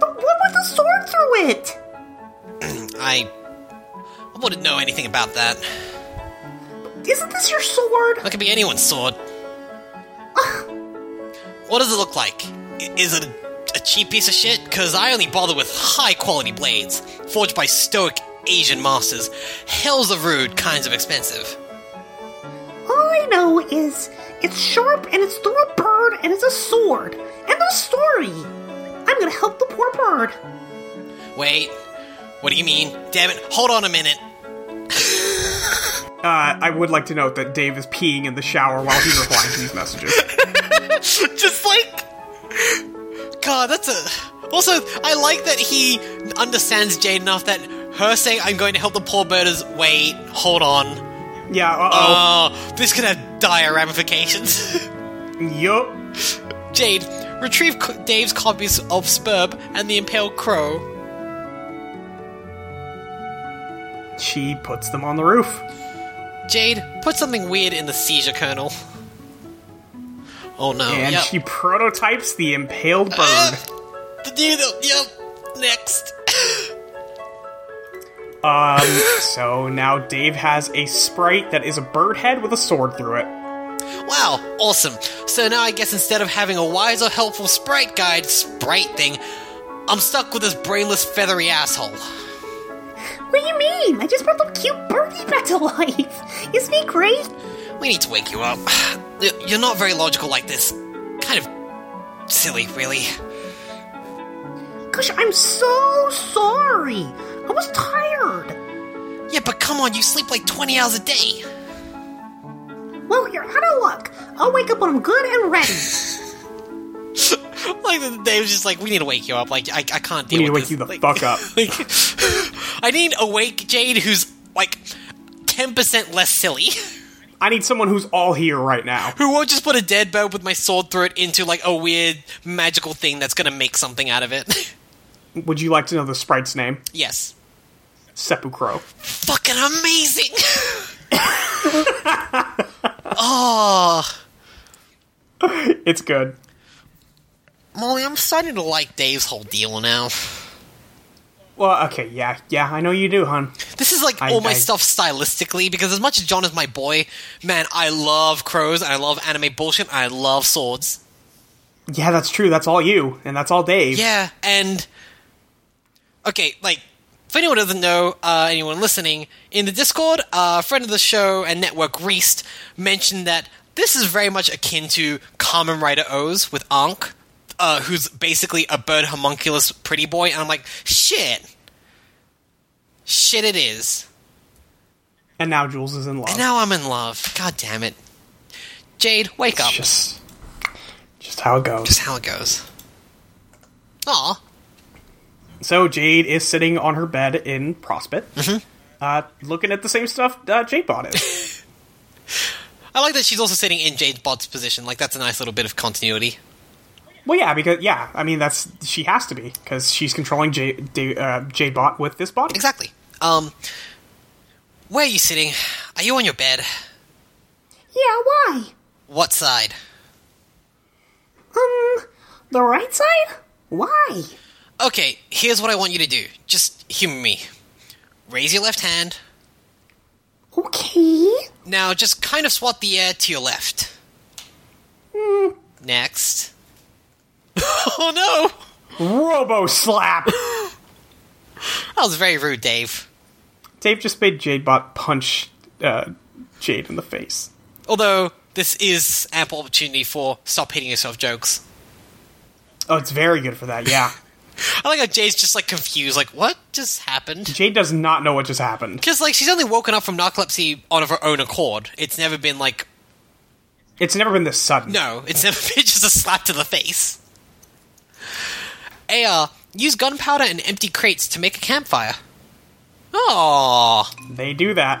[SPEAKER 3] The one with the sword through it!
[SPEAKER 2] I. I wouldn't know anything about that.
[SPEAKER 3] Isn't this your sword?
[SPEAKER 2] That could be anyone's sword. what does it look like? I- Is it a, a cheap piece of shit? Because I only bother with high quality blades, forged by stoic Asian masters. Hells of rude, kinds of expensive.
[SPEAKER 3] All I know is it's sharp and it's through a bird and it's a sword. End of story! I'm gonna help the poor bird.
[SPEAKER 2] Wait, what do you mean? Damn it, hold on a minute.
[SPEAKER 1] Uh, I would like to note that Dave is peeing in the shower while he's replying to these
[SPEAKER 2] <laughs>
[SPEAKER 1] messages.
[SPEAKER 2] just like god that's a also i like that he understands jade enough that her saying i'm going to help the poor bird is wait hold on
[SPEAKER 1] Yeah, uh
[SPEAKER 2] oh this could have dire ramifications <laughs>
[SPEAKER 1] oh.
[SPEAKER 2] Um,
[SPEAKER 1] yup.
[SPEAKER 2] jade retrieve c- dave's copies of spurb and the impaled crow
[SPEAKER 1] She puts them on the roof.
[SPEAKER 2] jade put something weird in the seizure kernel oh no
[SPEAKER 1] And
[SPEAKER 2] yep.
[SPEAKER 1] she prototypes the impaled bird.
[SPEAKER 2] Uh, the needle yep next
[SPEAKER 1] Um, So now Dave has a sprite that is a bird head with a sword through it.
[SPEAKER 2] Wow, awesome. So now I guess instead of having a wise or helpful sprite guide sprite thing, I'm stuck with this brainless feathery asshole.
[SPEAKER 3] What do you mean? I just brought the cute birdie back to <laughs> life. Isn't he great?
[SPEAKER 2] We need to wake you up. <sighs> Y- You're not very logical like this. Kind of silly, really.
[SPEAKER 3] Gosh, I'm so sorry. I was tired.
[SPEAKER 2] Yeah, but come on, you sleep like 20 hours a day. <laughs>
[SPEAKER 3] Well, you're out of luck. I'll wake up when I'm good
[SPEAKER 1] <laughs>
[SPEAKER 3] and ready.
[SPEAKER 2] Like the day was just like, we need to wake you up. Like I, I can't deal
[SPEAKER 1] We need to
[SPEAKER 2] with
[SPEAKER 1] wake you the
[SPEAKER 2] this.
[SPEAKER 1] fuck up.
[SPEAKER 2] like, <laughs> like, <laughs> I need awake Jade who's like ten percent less silly. <laughs>
[SPEAKER 1] I need someone who's all here right now.
[SPEAKER 2] Who won't just put a dead bird with my sword through it into like a weird magical thing that's gonna make something out of it. <laughs>
[SPEAKER 1] Would you like to know the sprite's name?
[SPEAKER 2] yes.
[SPEAKER 1] Sepulchro.
[SPEAKER 2] Fucking amazing.
[SPEAKER 1] <laughs>
[SPEAKER 2] <laughs>
[SPEAKER 1] It's good.
[SPEAKER 2] Molly, I'm starting to like Dave's whole deal now.
[SPEAKER 1] Well, okay, yeah, yeah, I know you do, hun.
[SPEAKER 2] This is like
[SPEAKER 1] I-
[SPEAKER 2] all my
[SPEAKER 1] I-
[SPEAKER 2] stuff stylistically because as much as John is my boy, man, I love crows and I love anime bullshit and I love swords.
[SPEAKER 1] Yeah, that's true. That's all you, and that's all Dave.
[SPEAKER 2] Yeah, and okay, like if anyone doesn't know, uh, anyone listening in the Discord, uh, a friend of the show and network Reist mentioned that this is very much akin to Kamen Rider O's with Ankh, uh, who's basically a bird homunculus pretty boy, and I'm like, shit, shit, it is.
[SPEAKER 1] And now Jules is in love.
[SPEAKER 2] And now I'm in love. God damn it, Jade, wake up.
[SPEAKER 1] It's just, just how it goes.
[SPEAKER 2] That's how it goes. Aw.
[SPEAKER 1] So Jade is sitting on her bed in Prospect,
[SPEAKER 2] Mm-hmm.
[SPEAKER 1] uh, looking at the same stuff uh, Jade bought
[SPEAKER 2] <laughs>
[SPEAKER 1] is.
[SPEAKER 2] I like that she's also sitting in Jade's bot's position. Like that's a nice little bit of continuity.
[SPEAKER 1] well, yeah, because yeah, I mean that's she has to be because she's controlling Jade, Da- uh, Jade bot with this body.
[SPEAKER 2] Exactly. Um, where are you sitting? Are you on your bed?
[SPEAKER 3] Yeah, why?
[SPEAKER 2] What side?
[SPEAKER 3] Um, the right side? Why?
[SPEAKER 2] Okay, here's what I want you to do. Just humor me. Raise your left hand.
[SPEAKER 3] Okay.
[SPEAKER 2] Now just kind of swat the air to your left. Next. Hmm. <laughs> oh no!
[SPEAKER 1] Robo
[SPEAKER 2] <laughs>
[SPEAKER 1] slap.
[SPEAKER 2] That was very rude, Dave.
[SPEAKER 1] Dave just made Jade bot punch uh, Jade in the face.
[SPEAKER 2] Although this is ample opportunity for stop hitting yourself jokes.
[SPEAKER 1] Oh, it's very good for that.
[SPEAKER 2] <laughs>
[SPEAKER 1] Yeah,
[SPEAKER 2] I like how Jay's just like confused, like what just happened?
[SPEAKER 1] Jade does not know what just happened.
[SPEAKER 2] Because like she's only woken up from narcolepsy on her own accord. It's never been like
[SPEAKER 1] It's never been this sudden.
[SPEAKER 2] no, it's <laughs> never been just a slap to the face. AR, use gunpowder and empty crates to make a campfire. Oh,
[SPEAKER 1] They do that.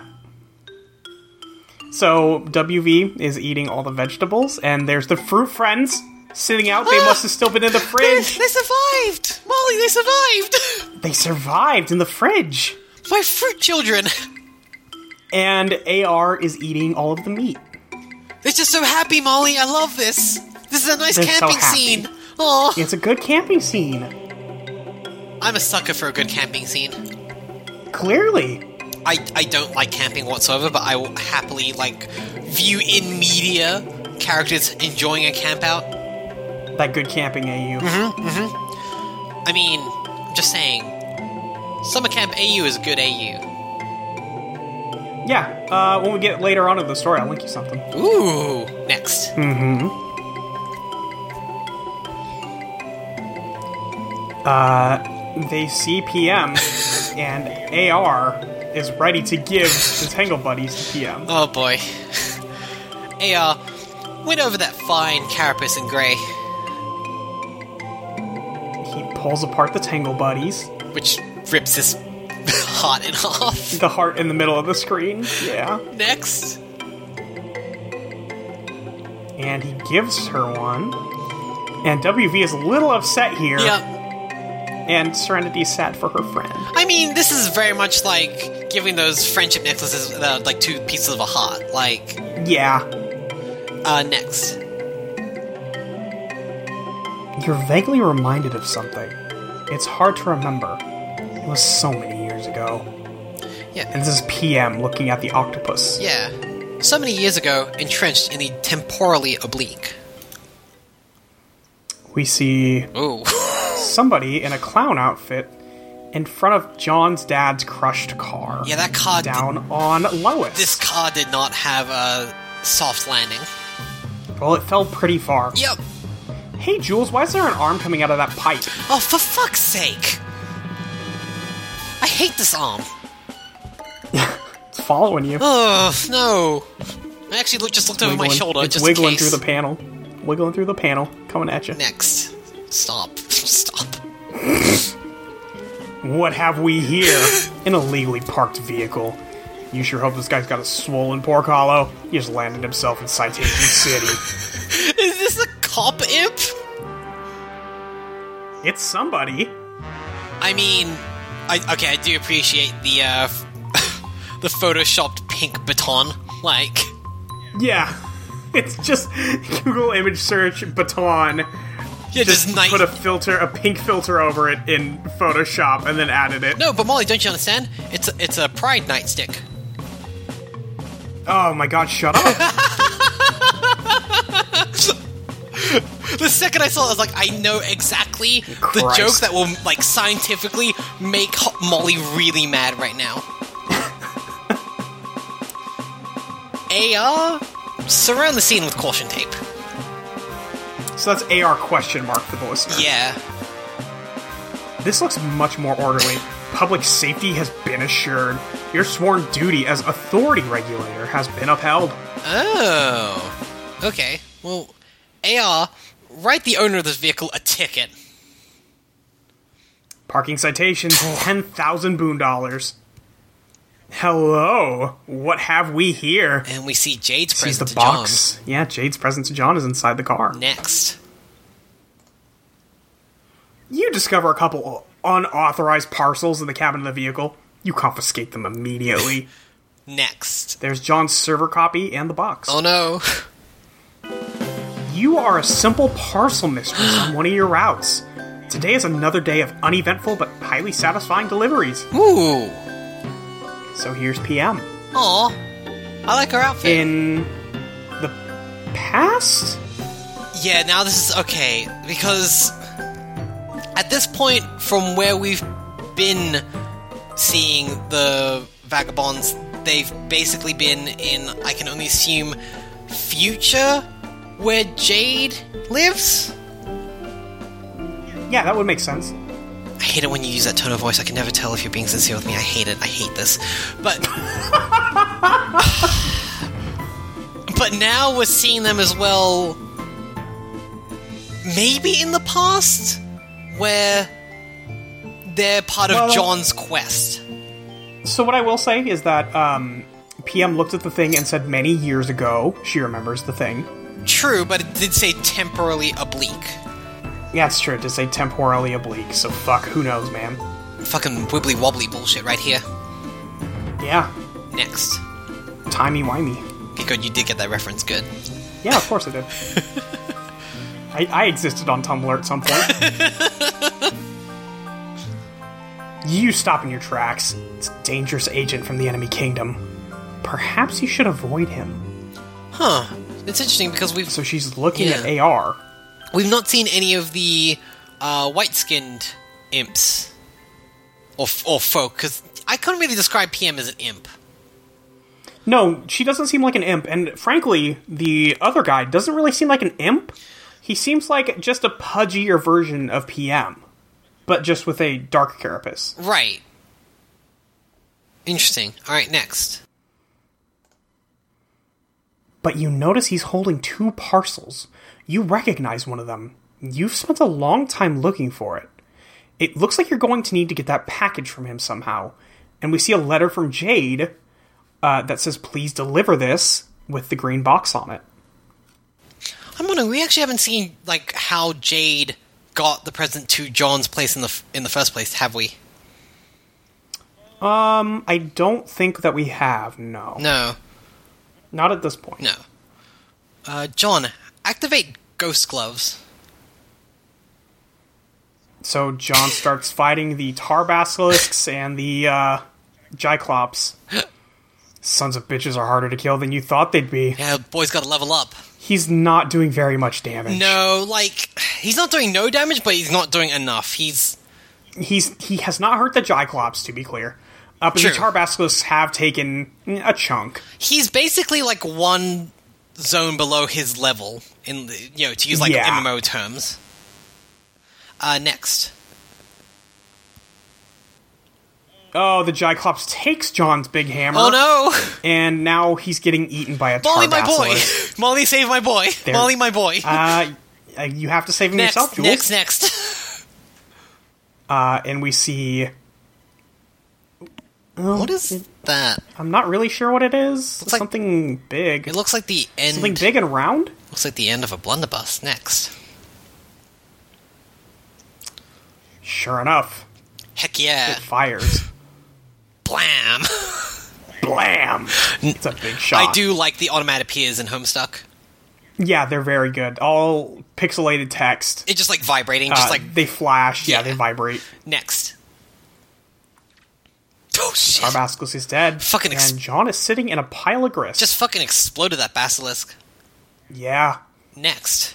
[SPEAKER 1] So WV is eating all the vegetables, and there's the fruit friends sitting out. They
[SPEAKER 2] Ah!
[SPEAKER 1] must have still been in the
[SPEAKER 2] <laughs> they, they
[SPEAKER 1] fridge.
[SPEAKER 2] survived, Molly. They survived. <laughs>
[SPEAKER 1] They survived in the fridge.
[SPEAKER 2] My fruit children.
[SPEAKER 1] And AR is eating all of the meat.
[SPEAKER 2] They're just so happy, Molly. I love this. This is a nice
[SPEAKER 1] They're so
[SPEAKER 2] camping
[SPEAKER 1] happy.
[SPEAKER 2] scene. Oh,
[SPEAKER 1] It's a good camping scene.
[SPEAKER 2] I'm a sucker for a good camping scene.
[SPEAKER 1] Clearly.
[SPEAKER 2] I, I don't like camping whatsoever, but I will happily like view in media characters enjoying a camp out.
[SPEAKER 1] That good camping AU.
[SPEAKER 2] I mean, I'm just saying, summer camp AU is good AU.
[SPEAKER 1] Yeah. Uh, when we get later on in the story, I'll link you something.
[SPEAKER 2] Ooh, next.
[SPEAKER 1] They see PM, and AR is ready to give the Tangle Buddies to PM.
[SPEAKER 2] Oh boy. <laughs> hey, uh, went over that fine carapace in grey,
[SPEAKER 1] He pulls apart the Tangle Buddies.
[SPEAKER 2] which rips his <laughs> heart in half.
[SPEAKER 1] the heart in the middle of the screen. Yeah.
[SPEAKER 2] Next.
[SPEAKER 1] And he gives her one. And WV is a little upset here.
[SPEAKER 2] Yep.
[SPEAKER 1] And Serenity's sad for her friend.
[SPEAKER 2] I mean, this is very much like giving those friendship necklaces uh, like two pieces of a heart. Like,
[SPEAKER 1] Yeah.
[SPEAKER 2] uh, next.
[SPEAKER 1] You're vaguely reminded of something. It's hard to remember. It was so many years ago.
[SPEAKER 2] Yeah.
[SPEAKER 1] And this is PM looking at the octopus.
[SPEAKER 2] Yeah. So many years ago, entrenched in the temporally oblique.
[SPEAKER 1] We see
[SPEAKER 2] Ooh.
[SPEAKER 1] somebody in a clown outfit in front of John's dad's crushed car.
[SPEAKER 2] Yeah, that car did-
[SPEAKER 1] down on Lois.
[SPEAKER 2] This car did not have a soft landing.
[SPEAKER 1] well, it fell pretty far.
[SPEAKER 2] Yep.
[SPEAKER 1] Hey, Jules, why is there an arm coming out of that pipe?
[SPEAKER 2] Oh, for fuck's sake! I hate this arm.
[SPEAKER 1] It's following you.
[SPEAKER 2] Ugh, no. I actually look, just looked over Oh, my
[SPEAKER 1] Wiggling-
[SPEAKER 2] shoulder
[SPEAKER 1] It's
[SPEAKER 2] just
[SPEAKER 1] wiggling
[SPEAKER 2] in case.
[SPEAKER 1] through the panel. Wiggling through the panel, coming at you.
[SPEAKER 2] Next. Stop. <laughs> Stop.
[SPEAKER 1] What have we
[SPEAKER 2] <laughs>
[SPEAKER 1] here? An illegally parked vehicle. You sure hope this guy's got a swollen pork hollow. He just landed himself in
[SPEAKER 2] <laughs>
[SPEAKER 1] Citation City.
[SPEAKER 2] Is this a cop imp?
[SPEAKER 1] It's somebody.
[SPEAKER 2] I mean, I, okay, I do appreciate the uh, <laughs> the photoshopped pink baton. Like,
[SPEAKER 1] Yeah. <laughs> It's just Google image search baton.
[SPEAKER 2] yeah, just, night.
[SPEAKER 1] Put a filter, a pink filter over it in Photoshop, and then added it.
[SPEAKER 2] no, but Molly, don't you understand? It's a, it's a pride nightstick.
[SPEAKER 1] Oh my god, shut
[SPEAKER 2] <laughs>
[SPEAKER 1] up.
[SPEAKER 2] The second I saw it, I was like, I know exactly the
[SPEAKER 1] Christ.
[SPEAKER 2] joke that will, like, scientifically make Ho- Molly really mad right now. <laughs> AR? Surround the scene with caution tape.
[SPEAKER 1] so that's AR question mark for the listener.
[SPEAKER 2] Yeah.
[SPEAKER 1] This looks much more orderly. Public safety has been assured. Your sworn duty as authority regulator has been upheld.
[SPEAKER 2] Oh. Okay. Well, AR, write the owner of this vehicle a ticket.
[SPEAKER 1] Parking citations,
[SPEAKER 2] Oh.
[SPEAKER 1] 10,000 boon dollars. Hello, what have we here?
[SPEAKER 2] And we see Jade's
[SPEAKER 1] Sees
[SPEAKER 2] present
[SPEAKER 1] the
[SPEAKER 2] to
[SPEAKER 1] box. Yeah, Jade's present to John is inside the car.
[SPEAKER 2] John. Next.
[SPEAKER 1] You discover a couple unauthorized parcels in the cabin of the vehicle. You confiscate them
[SPEAKER 2] <laughs>
[SPEAKER 1] immediately.
[SPEAKER 2] Next.
[SPEAKER 1] There's John's server copy and the box.
[SPEAKER 2] Oh no. <laughs>
[SPEAKER 1] You are a simple parcel mistress on one of your routes. Today is another day of uneventful but highly satisfying deliveries.
[SPEAKER 2] Ooh.
[SPEAKER 1] So here's PM.
[SPEAKER 2] Aw. I like her outfit.
[SPEAKER 1] In the past?
[SPEAKER 2] Yeah, now this is okay because at this point, from where we've been seeing the vagabonds, they've basically been in, I can only assume, future where Jade lives.
[SPEAKER 1] Yeah, that would make sense.
[SPEAKER 2] I hate it when you use that tone of voice. I can never tell if you're being sincere with me. I hate it. I hate this. But. <sighs> but now we're seeing them as well. Maybe in the past? Where they're part of
[SPEAKER 1] Well-
[SPEAKER 2] John's quest.
[SPEAKER 1] So what I will say is that um, PM looked at the thing and said many years ago she remembers the thing.
[SPEAKER 2] True, but it did say temporarily oblique.
[SPEAKER 1] Yeah, it's true. To say temporally oblique, so fuck, who knows, man.
[SPEAKER 2] Fucking wibbly wobbly bullshit right here.
[SPEAKER 1] Yeah,
[SPEAKER 2] Next.
[SPEAKER 1] timey wimey.
[SPEAKER 2] Okay, good. You did get that reference. Good.
[SPEAKER 1] Yeah, of course I did. I, I existed on Tumblr at some point. you stop in your tracks. It's a dangerous agent from the enemy kingdom. Perhaps you should avoid him.
[SPEAKER 2] Huh. It's interesting because we've
[SPEAKER 1] So she's looking at
[SPEAKER 2] Yeah.
[SPEAKER 1] AR.
[SPEAKER 2] We've not seen any of the uh, white-skinned imps or f- or folk because I couldn't really describe PM as an imp.
[SPEAKER 1] No, she doesn't seem like an imp, and frankly, the other guy doesn't really seem like an imp. He seems like just a pudgier version of PM, but just with a dark carapace.
[SPEAKER 2] Right. Interesting. All right, next.
[SPEAKER 1] but you notice he's holding two parcels. You recognize one of them. You've spent a long time looking for it. It looks like you're going to need to get that package from him somehow. And we see a letter from Jade uh, that says, Please deliver this with the green box on it.
[SPEAKER 2] I'm wondering. We actually haven't seen like how Jade got the present to John's place in the f- in the first place, have we?
[SPEAKER 1] I don't think that we have, no.
[SPEAKER 2] No.
[SPEAKER 1] Not at this point.
[SPEAKER 2] No. Uh, John, activate ghost gloves.
[SPEAKER 1] So John starts fighting the tar basilisks and the uh, Gyclops. Sons of bitches are harder to kill than you thought they'd be.
[SPEAKER 2] Yeah, boy's got to level up.
[SPEAKER 1] He's not doing very much damage.
[SPEAKER 2] No, like he's not doing no damage, but he's not doing enough. He's
[SPEAKER 1] he's he has not hurt the Gyclops, to be clear. Uh, but the
[SPEAKER 2] True.
[SPEAKER 1] Tarbasculus have taken mm, a chunk.
[SPEAKER 2] He's basically like one zone below his level in the, you know to use like
[SPEAKER 1] Yeah.
[SPEAKER 2] MMO terms. Uh, next,
[SPEAKER 1] Oh, the Gyclops takes John's big hammer.
[SPEAKER 2] oh
[SPEAKER 1] <laughs>
[SPEAKER 2] no,
[SPEAKER 1] And now he's getting eaten by a
[SPEAKER 2] Molly, my boy, <laughs>
[SPEAKER 1] Tarbasculus.
[SPEAKER 2] Molly, save my boy, Molly, my boy.
[SPEAKER 1] Uh, uh, you have to save him
[SPEAKER 2] next,
[SPEAKER 1] yourself, Jules.
[SPEAKER 2] next, next. <laughs>
[SPEAKER 1] Uh, and we see.
[SPEAKER 2] what is that?
[SPEAKER 1] I'm not really sure what it is.
[SPEAKER 2] like-
[SPEAKER 1] something big.
[SPEAKER 2] It looks like the end.
[SPEAKER 1] something big and round.
[SPEAKER 2] Looks like the end of a blunderbuss. Next,
[SPEAKER 1] Sure enough,
[SPEAKER 2] heck yeah,
[SPEAKER 1] it Ah. fires.
[SPEAKER 2] blam! <laughs>
[SPEAKER 1] Blam! It's a big shot.
[SPEAKER 2] I do like the automatic appears in Homestuck.
[SPEAKER 1] Yeah, they're very good. All pixelated text.
[SPEAKER 2] It's just like vibrating, just
[SPEAKER 1] Uh,
[SPEAKER 2] like
[SPEAKER 1] they flash. Yeah,
[SPEAKER 2] Yeah.
[SPEAKER 1] they vibrate.
[SPEAKER 2] next. <laughs> Oh shit!
[SPEAKER 1] Barbasculus is dead.
[SPEAKER 2] Fucking ex-
[SPEAKER 1] and John is sitting in a pile of grist.
[SPEAKER 2] just fucking exploded that basilisk.
[SPEAKER 1] yeah,
[SPEAKER 2] Next.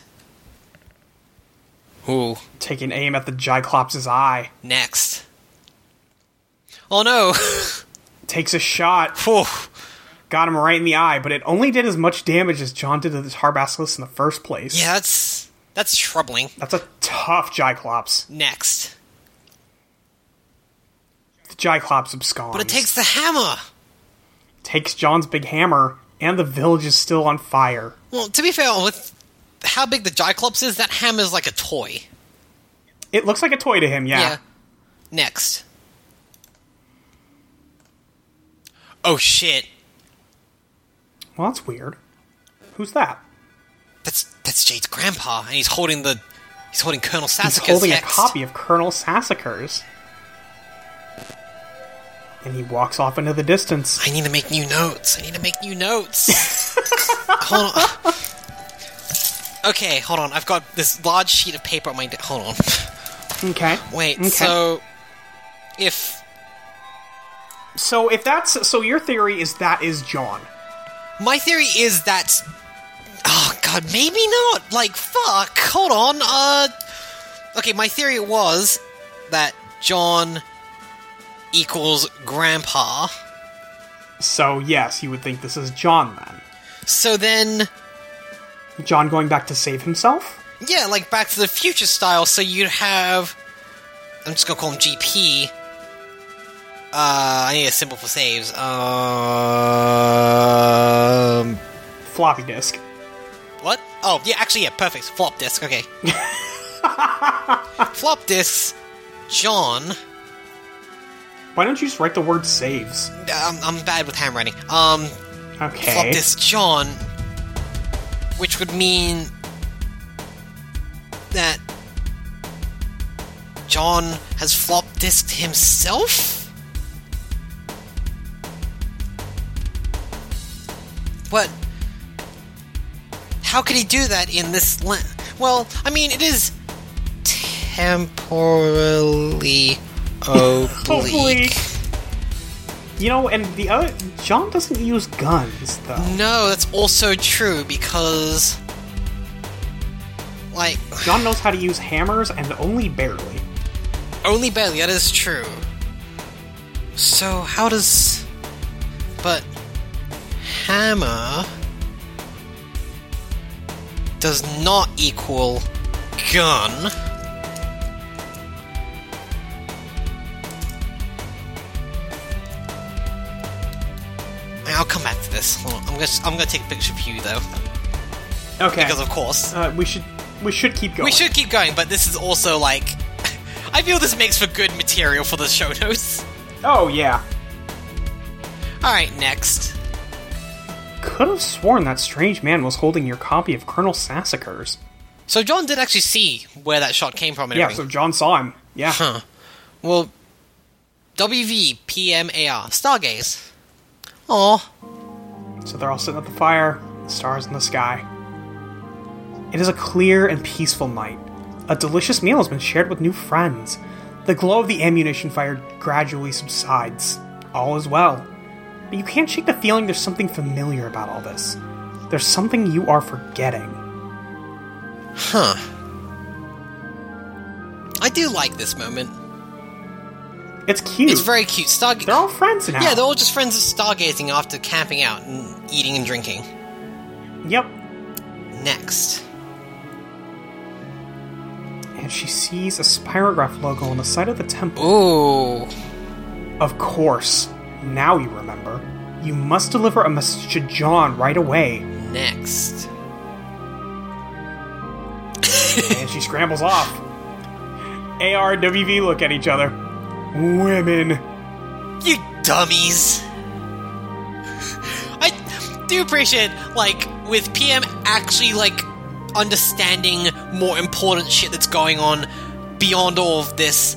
[SPEAKER 2] Ooh.
[SPEAKER 1] taking aim at the Gyclops' eye.
[SPEAKER 2] Next. Oh no! <laughs>
[SPEAKER 1] Takes a shot.
[SPEAKER 2] Whew.
[SPEAKER 1] Got him right in the eye, but it only did as much damage as John did to the Tarbasculus in the first place.
[SPEAKER 2] Yeah, that's that's troubling.
[SPEAKER 1] That's a tough Gyclops.
[SPEAKER 2] Next.
[SPEAKER 1] The Gyclops absconds.
[SPEAKER 2] But it takes the hammer!
[SPEAKER 1] takes John's big hammer, and the village is still on fire.
[SPEAKER 2] Well, to be fair, with how big the Gyclops is, that hammer's like a toy.
[SPEAKER 1] It looks like a toy to him, yeah.
[SPEAKER 2] Next. Oh shit.
[SPEAKER 1] Well, that's weird. Who's that?
[SPEAKER 2] That's that's Jade's grandpa, and he's holding the he's holding Colonel
[SPEAKER 1] He's
[SPEAKER 2] Sasuke's
[SPEAKER 1] holding a
[SPEAKER 2] text.
[SPEAKER 1] copy of Colonel Sassacres. And he walks off into the distance.
[SPEAKER 2] I need to make new notes. I need to make new notes. hold on. Okay, hold on. I've got this large sheet of paper on my. De- hold on.
[SPEAKER 1] Okay.
[SPEAKER 2] Wait.
[SPEAKER 1] Okay.
[SPEAKER 2] So, if
[SPEAKER 1] So if that's so, your theory is that is John.
[SPEAKER 2] my theory is that, oh god, maybe not. Like, fuck. Hold on. Uh, okay. My theory was that John equals grandpa.
[SPEAKER 1] So yes, you would think this is John then.
[SPEAKER 2] So then,
[SPEAKER 1] John going back to save himself.
[SPEAKER 2] Yeah, like Back to the Future style. So you'd have. I'm just gonna call him GP. Uh, I need a symbol for saves. Um,
[SPEAKER 1] Floppy disk.
[SPEAKER 2] what? Oh, yeah, actually, yeah, perfect. Flop disk. Okay. Flop discs. John.
[SPEAKER 1] Why don't you just write the word saves?
[SPEAKER 2] I'm, I'm bad with handwriting. Um, flop
[SPEAKER 1] Okay.
[SPEAKER 2] disc John, which would mean that John has flop disked himself. What? How could he do that in this? La- well, I mean, it is temporally oblique.
[SPEAKER 1] Oblique. You know, and the other John doesn't use guns though.
[SPEAKER 2] No, that's also true because, like,
[SPEAKER 1] John knows how to use hammers and only barely.
[SPEAKER 2] only barely. That is true. So how does? But hammer does not equal gun. I'll come back to this. Hold on. I'm gonna I'm gonna take a picture of you though,
[SPEAKER 1] Okay.
[SPEAKER 2] because of course.
[SPEAKER 1] uh, we should we should keep going.
[SPEAKER 2] We should keep going, but this is also like. <laughs> I feel this makes for good material for the show notes. <laughs>
[SPEAKER 1] Oh yeah.
[SPEAKER 2] Alright, next.
[SPEAKER 1] Could have sworn that strange man was holding your copy of Colonel Sassacres.
[SPEAKER 2] So John did actually see where that shot came from and
[SPEAKER 1] Yeah, so
[SPEAKER 2] everything.
[SPEAKER 1] John saw him. Yeah.
[SPEAKER 2] Well, WVPMAR. Stargaze. Aw.
[SPEAKER 1] So they're all sitting at the fire, the stars in the sky. It is a clear and peaceful night. A delicious meal has been shared with new friends. The glow of the ammunition fire gradually subsides. All is well. But you can't shake the feeling there's something familiar about all this. There's something you are forgetting.
[SPEAKER 2] I do like this moment.
[SPEAKER 1] It's cute.
[SPEAKER 2] It's very cute. Starg-
[SPEAKER 1] They're all friends now.
[SPEAKER 2] yeah, they're all just friends of stargazing after camping out and eating and drinking.
[SPEAKER 1] Yep.
[SPEAKER 2] Next.
[SPEAKER 1] And she sees a Spirograph logo on the side of the temple.
[SPEAKER 2] Ooh.
[SPEAKER 1] Of course. Now you remember. You must deliver a message to John right away.
[SPEAKER 2] Next.
[SPEAKER 1] and she scrambles off. AR and WV look at each other. Women.
[SPEAKER 2] You dummies. I do appreciate, like, with PM actually, like, understanding more important shit that's going on beyond all of this,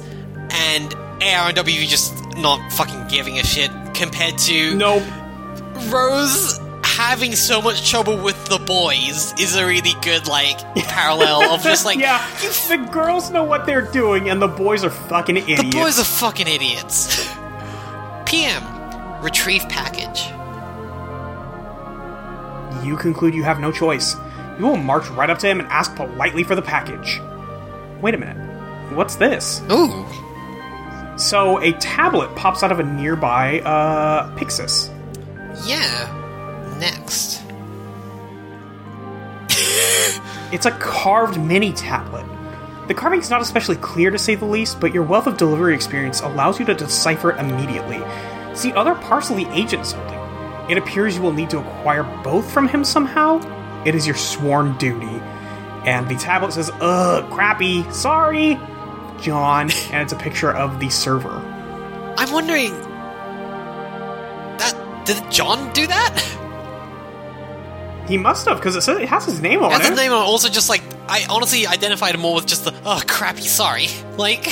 [SPEAKER 2] and ARNW just not fucking giving a shit compared to
[SPEAKER 1] Nope.
[SPEAKER 2] Rose having so much trouble with the boys is a really good, like, parallel of just like,
[SPEAKER 1] Yeah, the girls know what they're doing, and the boys are fucking idiots.
[SPEAKER 2] The boys are fucking idiots. PM, retrieve package.
[SPEAKER 1] You conclude you have no choice. You will march right up to him and ask politely for the package. Wait a minute. What's this?
[SPEAKER 2] Ooh.
[SPEAKER 1] So, a tablet pops out of a nearby, uh, Pixis.
[SPEAKER 2] Yeah. Next.
[SPEAKER 1] It's a carved mini tablet. The carving's not especially clear to say the least, but your wealth of delivery experience allows you to decipher it immediately. See other parcel agent something. It appears you will need to acquire both from him somehow. It is your sworn duty. And the tablet says, ugh, crappy, sorry, John. <laughs> And it's a picture of the server.
[SPEAKER 2] I'm wondering. That did John do that?
[SPEAKER 1] He must have, because it says it has his name on
[SPEAKER 2] That's
[SPEAKER 1] it.
[SPEAKER 2] the name. and Also, just like I honestly identified more with just the oh crappy sorry. <laughs> Like,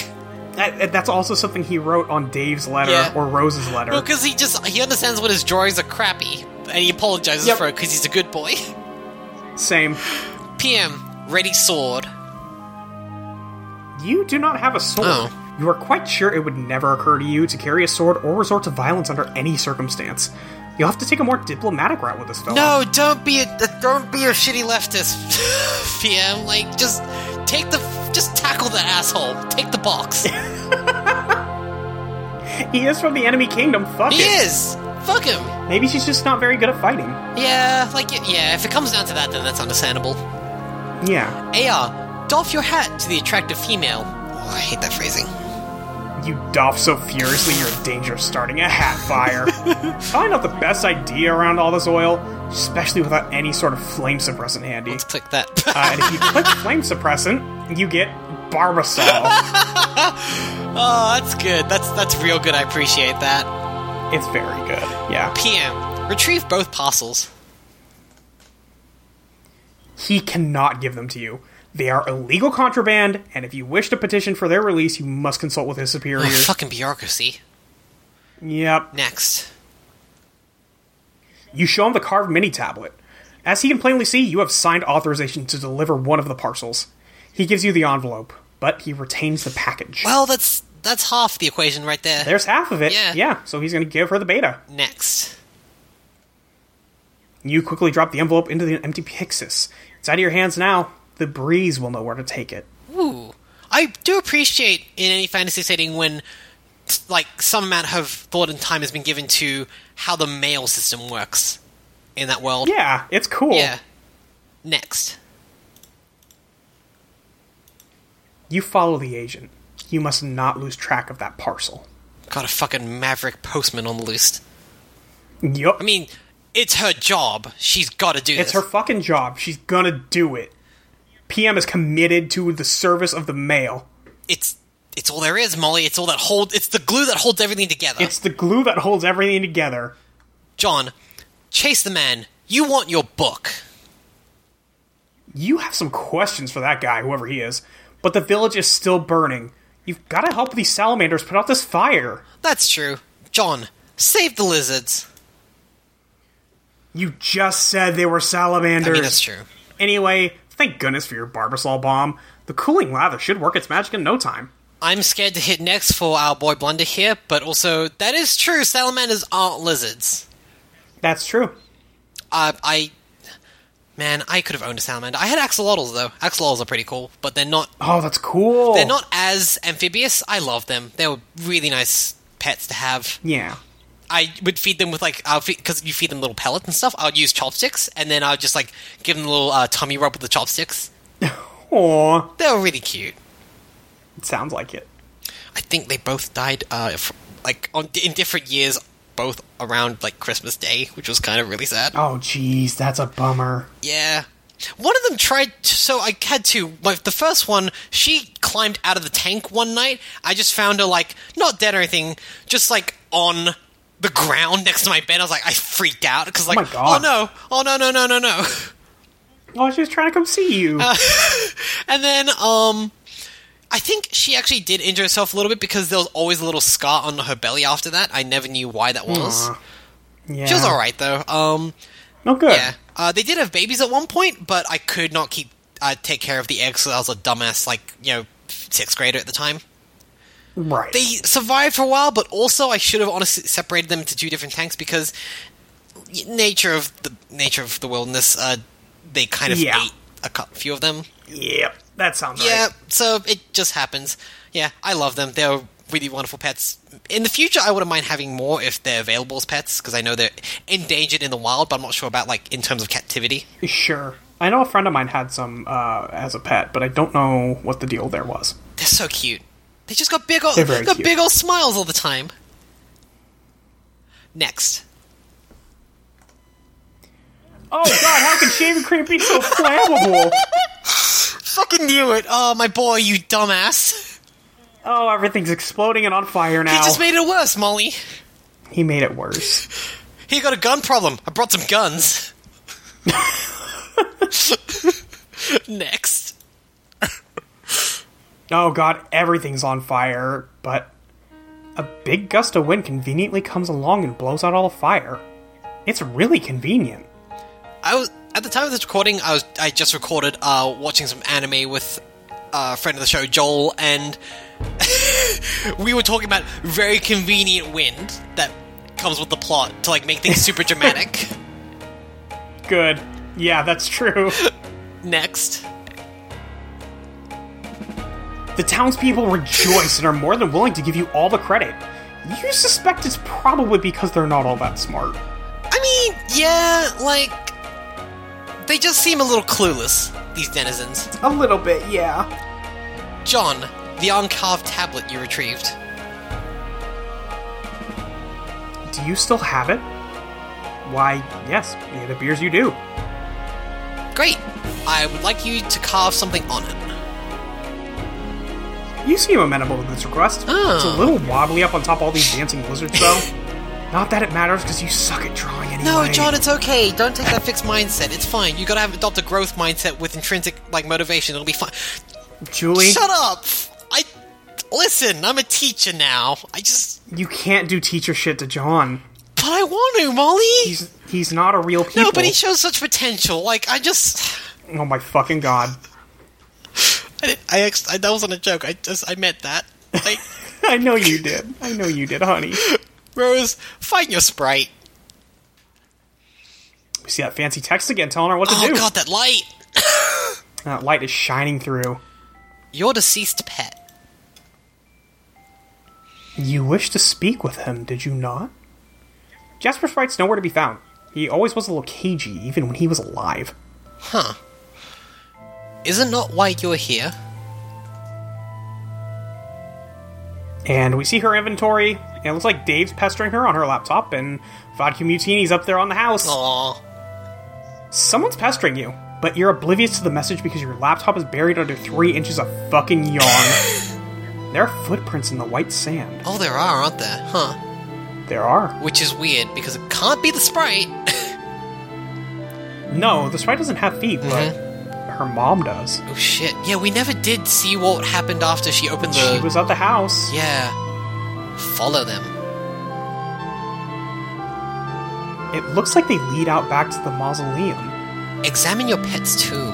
[SPEAKER 1] That- that's also something he wrote on Dave's letter
[SPEAKER 2] Yeah.
[SPEAKER 1] or Rose's letter.
[SPEAKER 2] well, because he just he understands when his drawings are crappy, and he apologizes
[SPEAKER 1] Yep.
[SPEAKER 2] for it because he's a good boy. <laughs>
[SPEAKER 1] Same.
[SPEAKER 2] PM, ready sword.
[SPEAKER 1] You do not have a sword.
[SPEAKER 2] Oh.
[SPEAKER 1] You are quite sure it would never occur to you to carry a sword or resort to violence under any circumstance. You'll have to take a more diplomatic route with this fellow.
[SPEAKER 2] No, don't be a uh, don't be a shitty <laughs> leftist, PM. Like, just take the just tackle that asshole. Take the <laughs> box.
[SPEAKER 1] He is from the enemy kingdom, fuck
[SPEAKER 2] he
[SPEAKER 1] it.
[SPEAKER 2] is. Fuck him.
[SPEAKER 1] Maybe she's just not very good at fighting.
[SPEAKER 2] Yeah, like yeah. If it comes down to that, then that's understandable.
[SPEAKER 1] Yeah.
[SPEAKER 2] Ar, doff your hat to the attractive female. Oh, I hate that phrasing.
[SPEAKER 1] You doff so furiously you're in danger of starting a hat
[SPEAKER 2] <laughs>
[SPEAKER 1] fire. Probably not the best idea around all this oil, especially without any sort of flame suppressant handy.
[SPEAKER 2] Let's click that. <laughs>
[SPEAKER 1] Uh, and if you click flame suppressant, you get Barbasol.
[SPEAKER 2] oh, that's good. That's that's real good. I appreciate that.
[SPEAKER 1] it's very good. Yeah.
[SPEAKER 2] PM, retrieve both parcels.
[SPEAKER 1] he cannot give them to you. They are illegal contraband, and if you wish to petition for their release, you must consult with his superior.
[SPEAKER 2] Oh, fucking bureaucracy.
[SPEAKER 1] Yep.
[SPEAKER 2] Next.
[SPEAKER 1] You show him the carved mini tablet. As he can plainly see, you have signed authorization to deliver one of the parcels. He gives you the envelope, but he retains the package.
[SPEAKER 2] Well, that's that's half the equation right there.
[SPEAKER 1] There's half of it.
[SPEAKER 2] Yeah.
[SPEAKER 1] so he's going to give her the beta.
[SPEAKER 2] Next.
[SPEAKER 1] You quickly drop the envelope into the empty Pixis. It's out of your hands now. The breeze will know where to take it.
[SPEAKER 2] Ooh. I do appreciate in any fantasy setting when like some amount of thought and time has been given to how the mail system works in that world.
[SPEAKER 1] Yeah, it's cool.
[SPEAKER 2] Yeah. Next.
[SPEAKER 1] You follow the agent. You must not lose track of that parcel.
[SPEAKER 2] Got a fucking maverick postman on the loose.
[SPEAKER 1] Yup.
[SPEAKER 2] I mean, it's her job. She's got to do
[SPEAKER 1] It's
[SPEAKER 2] this.
[SPEAKER 1] her fucking job. She's gonna do it. PM is committed to the service of the mail.
[SPEAKER 2] it's it's all there is, Molly. It's all that hold. It's the glue that holds everything together.
[SPEAKER 1] It's the glue that holds everything together.
[SPEAKER 2] John, chase the man. You want your book.
[SPEAKER 1] You have some questions for that guy, whoever he is, but the village is still burning. You've gotta help these salamanders put out this fire.
[SPEAKER 2] That's true. John, save the lizards.
[SPEAKER 1] You just said they were
[SPEAKER 2] I
[SPEAKER 1] salamanders.
[SPEAKER 2] mean, that's true.
[SPEAKER 1] Anyway, thank goodness for your Barbasol bomb. The cooling lather should work its magic in no time.
[SPEAKER 2] I'm scared to hit next for our boy Blunder here, but also that is true. Salamanders aren't lizards.
[SPEAKER 1] That's true.
[SPEAKER 2] Uh, I Man, I could have owned a salamander. I had axolotls though. Axolotls are pretty cool, but they're not
[SPEAKER 1] Oh, that's cool.
[SPEAKER 2] they're not as amphibious. I love them. They were really nice pets to have.
[SPEAKER 1] Yeah.
[SPEAKER 2] I would feed them with like because you feed them little pellets and stuff. I would use chopsticks, and then I would just like give them a little uh, tummy rub with the chopsticks.
[SPEAKER 1] Aw,
[SPEAKER 2] They were really cute.
[SPEAKER 1] it sounds like it.
[SPEAKER 2] I think they both died uh, f like on in different years, both around like Christmas Day, which was kind of really sad.
[SPEAKER 1] Oh, jeez, that's a bummer.
[SPEAKER 2] Yeah. One of them tried. To, so I had two. Like the first one, she climbed out of the tank one night. I just found her like not dead or anything, just like on the ground <laughs> next to my bed. I was like, I freaked out because like,
[SPEAKER 1] my God.
[SPEAKER 2] oh no, oh no, no, no, no, no. <laughs>
[SPEAKER 1] Oh, she was trying to come see you.
[SPEAKER 2] Uh, And then, um, I think she actually did injure herself a little bit because there was always a little scar on her belly after that. I never knew why that was.
[SPEAKER 1] yeah.
[SPEAKER 2] She was all right though. Um,
[SPEAKER 1] No good.
[SPEAKER 2] Yeah. Uh, they did have babies at one point, but I could not keep uh, take care of the eggs because I was a dumbass, like you know, sixth grader at the time.
[SPEAKER 1] Right.
[SPEAKER 2] They survived for a while, but also I should have honestly separated them into two different tanks because y- nature of the nature of the wilderness, uh, they kind of
[SPEAKER 1] Yeah.
[SPEAKER 2] ate a cou- few of them.
[SPEAKER 1] yep. That sounds
[SPEAKER 2] Yeah,
[SPEAKER 1] right.
[SPEAKER 2] so it just happens. Yeah, I love them. They're really wonderful pets. In the future, I wouldn't mind having more if they're available as pets because I know they're endangered in the wild, but I'm not sure about like in terms of captivity.
[SPEAKER 1] Sure. I know a friend of mine had some uh, as a pet, but I don't know what the deal there was.
[SPEAKER 2] They're so cute. They just got big old
[SPEAKER 1] They're very
[SPEAKER 2] got
[SPEAKER 1] cute.
[SPEAKER 2] big old smiles all the time. Next.
[SPEAKER 1] Oh God! How can shaving cream be so flammable?
[SPEAKER 2] Fucking knew it. Oh my boy, you dumbass.
[SPEAKER 1] Oh, everything's exploding and on fire now.
[SPEAKER 2] He just made it worse, Molly.
[SPEAKER 1] He made it worse.
[SPEAKER 2] He got a gun problem. I brought some guns. Next.
[SPEAKER 1] Oh God! Everything's on fire, but a big gust of wind conveniently comes along and blows out all the fire. It's really convenient.
[SPEAKER 2] I was at the time of this recording. I was I just recorded uh, watching some anime with uh, a friend of the show, Joel, and <laughs> we were talking about very convenient wind that comes with the plot to like make things super dramatic.
[SPEAKER 1] Good. Yeah, that's true.
[SPEAKER 2] Next,
[SPEAKER 1] The townspeople rejoice and are more than willing to give you all the credit. You suspect it's probably because they're not all that smart.
[SPEAKER 2] I mean, yeah, like they just seem a little clueless. These denizens,
[SPEAKER 1] A little bit, yeah.
[SPEAKER 2] John, the uncarved tablet you retrieved.
[SPEAKER 1] Do you still have it? Why, yes, it appears you do.
[SPEAKER 2] Great. I would like you to carve something on it.
[SPEAKER 1] You seem amenable to this request.
[SPEAKER 2] Oh.
[SPEAKER 1] It's a little wobbly up on top of all these dancing blizzards,
[SPEAKER 2] <laughs>
[SPEAKER 1] though. Not that it matters, because you suck at drawing anyway.
[SPEAKER 2] No, John, it's okay. Don't take that fixed mindset. It's fine. You gotta have adopt a growth mindset with intrinsic like motivation. It'll be fine.
[SPEAKER 1] Julie,
[SPEAKER 2] Shut up! I listen. I'm a teacher now. I just,
[SPEAKER 1] you can't do teacher shit to John.
[SPEAKER 2] but I want to, Molly.
[SPEAKER 1] He's he's not a real people.
[SPEAKER 2] No, but he shows such potential. Like I just, <sighs>
[SPEAKER 1] oh my fucking
[SPEAKER 2] <laughs>
[SPEAKER 1] god!
[SPEAKER 2] I, didn't- I, ex- I that wasn't a joke. I just, I meant <laughs> that. Like,
[SPEAKER 1] I know you did. I know you did, honey.
[SPEAKER 2] Rose, find your sprite.
[SPEAKER 1] We see that fancy text again, telling her what to
[SPEAKER 2] Oh
[SPEAKER 1] do.
[SPEAKER 2] God, that light.
[SPEAKER 1] That light is shining through.
[SPEAKER 2] Your deceased pet.
[SPEAKER 1] You wish to speak with him, did you not? Jasper Sprite's nowhere to be found. He always was a little cagey, even when he was alive.
[SPEAKER 2] Is it not why you're here?
[SPEAKER 1] And we see her inventory. and It looks like Dave's pestering her on her laptop, and Vodka Mutini's up there on the house.
[SPEAKER 2] Aw.
[SPEAKER 1] Someone's pestering you, but you're oblivious to the message because your laptop is buried under three inches of fucking yarn.
[SPEAKER 2] <laughs>
[SPEAKER 1] there are footprints in the white sand.
[SPEAKER 2] Oh, there are, aren't there? Huh.
[SPEAKER 1] There are.
[SPEAKER 2] Which is weird because it can't be the sprite. <laughs>
[SPEAKER 1] No, the sprite doesn't have feet, but
[SPEAKER 2] Mm-hmm.
[SPEAKER 1] her mom does.
[SPEAKER 2] Oh shit! Yeah, we never did see what happened after she opened the.
[SPEAKER 1] She was at the house.
[SPEAKER 2] yeah. Follow them.
[SPEAKER 1] It looks like they lead out back to the mausoleum.
[SPEAKER 2] Examine your pet's tomb.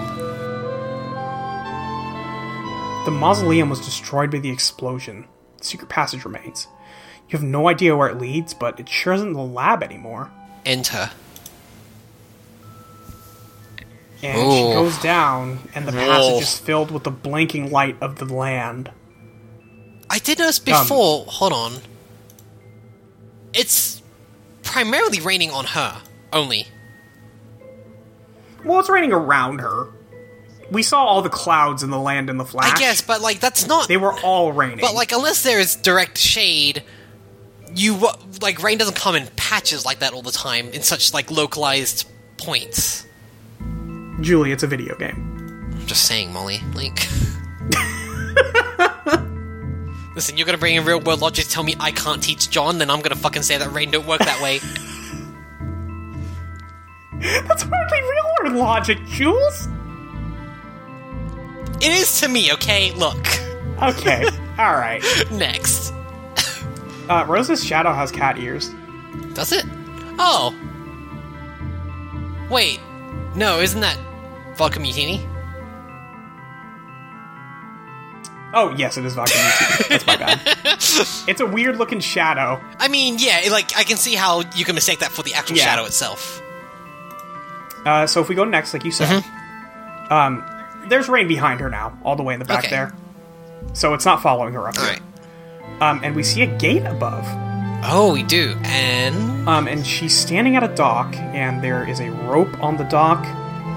[SPEAKER 1] The mausoleum was destroyed by the explosion. The secret passage remains. You have no idea where it leads, but it sure isn't the lab anymore.
[SPEAKER 2] Enter.
[SPEAKER 1] and
[SPEAKER 2] Ooh.
[SPEAKER 1] she goes down, and the
[SPEAKER 2] Oh. Whoa.
[SPEAKER 1] passage is filled with the blinking light of the land.
[SPEAKER 2] I did notice before. hold on. It's primarily raining on her only.
[SPEAKER 1] Well, it's raining around her. We saw all the clouds in the land in the flash.
[SPEAKER 2] I guess, but like that's not.
[SPEAKER 1] Ah. they were all raining.
[SPEAKER 2] But like, unless there is direct shade, you wa- like rain doesn't come in patches like that all the time in such like localized points.
[SPEAKER 1] Julie, it's a video game.
[SPEAKER 2] I'm just saying, Molly.
[SPEAKER 1] <laughs>
[SPEAKER 2] Like, listen, you're gonna bring in real world logic to tell me I can't teach John, then I'm gonna fucking say that rain don't work that way.
[SPEAKER 1] <laughs> That's hardly real world logic, Jules.
[SPEAKER 2] it is to me, okay? Look, <laughs>
[SPEAKER 1] Okay, all right.
[SPEAKER 2] next.
[SPEAKER 1] Uh, Rose's shadow has cat ears.
[SPEAKER 2] Does it? Oh. Wait. No, isn't that vodka mutiny?
[SPEAKER 1] Oh yes, it is vodka. Mutiny. That's my
[SPEAKER 2] <laughs>
[SPEAKER 1] bad. It's a weird looking shadow.
[SPEAKER 2] I mean, yeah, it- like I can see how you can mistake that for the actual
[SPEAKER 1] Yeah.
[SPEAKER 2] shadow itself.
[SPEAKER 1] Uh, so if we go next, like you said, um, there's rain behind her now, all the way in the back
[SPEAKER 2] Mm-hmm. Okay.
[SPEAKER 1] there. So it's not following her up.
[SPEAKER 2] All right.
[SPEAKER 1] Um, and we see a gate above.
[SPEAKER 2] Oh, we do. And
[SPEAKER 1] Um, and she's standing at a dock, and there is a rope on the dock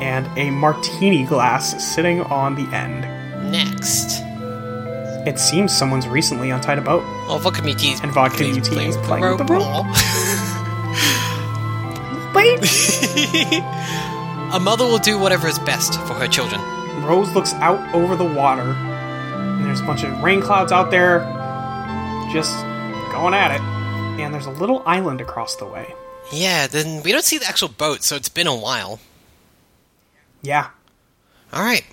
[SPEAKER 1] and a martini glass sitting on the end.
[SPEAKER 2] next.
[SPEAKER 1] It seems someone's recently untied a boat.
[SPEAKER 2] Oh, vodka mutiny.
[SPEAKER 1] And vodka mutiny is playing with the rope.
[SPEAKER 3] Wait,
[SPEAKER 2] A mother will do whatever is best for her children.
[SPEAKER 1] Rose looks out over the water, and there's a bunch of rain clouds out there, just going at it. And there's a little island across the way.
[SPEAKER 2] Yeah, then we don't see the actual boat, so it's been a while.
[SPEAKER 1] Yeah,
[SPEAKER 2] All right.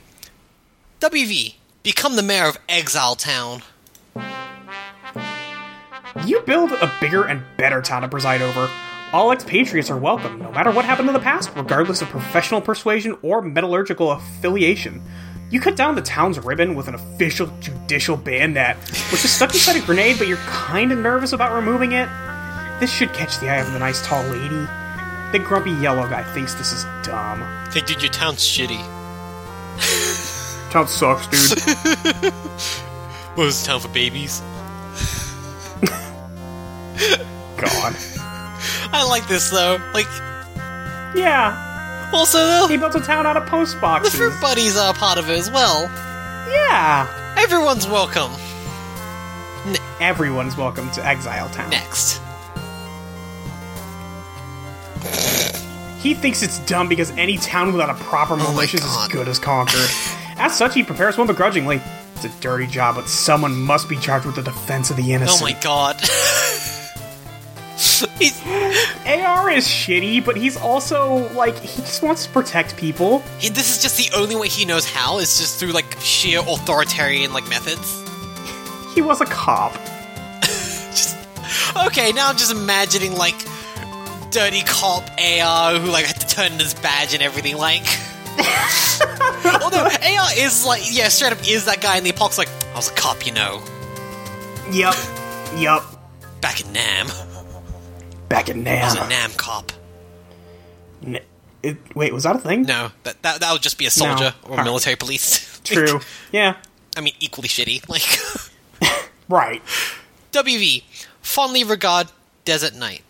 [SPEAKER 2] WV, become the mayor of Exile Town.
[SPEAKER 1] You build a bigger and better town to preside over. All expatriates are welcome, no matter what happened in the past, regardless of professional persuasion or metallurgical affiliation. You cut down the town's ribbon with an official judicial bayonet, which is stuck inside a grenade, but you're kinda nervous about removing it. This should catch the eye of the nice tall lady. The grumpy yellow guy thinks this is dumb.
[SPEAKER 2] Hey, dude, your town's shitty.
[SPEAKER 1] Town sucks, dude.
[SPEAKER 2] What is this town for babies?
[SPEAKER 1] <laughs> God.
[SPEAKER 2] I like this though. Like,
[SPEAKER 1] Yeah,
[SPEAKER 2] also though,
[SPEAKER 1] he built a town out of post
[SPEAKER 2] the
[SPEAKER 1] boxes.
[SPEAKER 2] fruit buddies are a part of it as well.
[SPEAKER 1] Yeah.
[SPEAKER 2] Everyone's welcome.
[SPEAKER 1] Everyone's welcome to Exile Town.
[SPEAKER 2] Next.
[SPEAKER 1] He thinks it's dumb because any town without a proper militia is as
[SPEAKER 2] Oh God.
[SPEAKER 1] good as conquered. as such, he prepares one begrudgingly. It's a dirty job, but someone must be charged with the defense of the
[SPEAKER 2] Oh
[SPEAKER 1] innocent.
[SPEAKER 2] my <laughs> god. he's
[SPEAKER 1] AR is shitty, but he's also like he just wants to protect people.
[SPEAKER 2] He, this is just the only way he knows how is just through like sheer authoritarian like methods.
[SPEAKER 1] He was a cop.
[SPEAKER 2] Just okay. Now I'm just imagining like dirty cop AR who like had to turn in his badge and everything. Like, although AR is like yeah, straight up is that guy in the epoch's like I was a cop, you know,
[SPEAKER 1] Yep. yep.
[SPEAKER 2] back in Nam.
[SPEAKER 1] Back in
[SPEAKER 2] I was a
[SPEAKER 1] Nam.
[SPEAKER 2] Nam cop.
[SPEAKER 1] N- it- wait, was that a thing?
[SPEAKER 2] No, that that, that would just be a soldier or
[SPEAKER 1] Alright.
[SPEAKER 2] military police. <laughs>
[SPEAKER 1] True.
[SPEAKER 2] Like,
[SPEAKER 1] yeah.
[SPEAKER 2] I mean, equally shitty. Like, <laughs>
[SPEAKER 1] Right.
[SPEAKER 2] WV fondly regard Desert Night.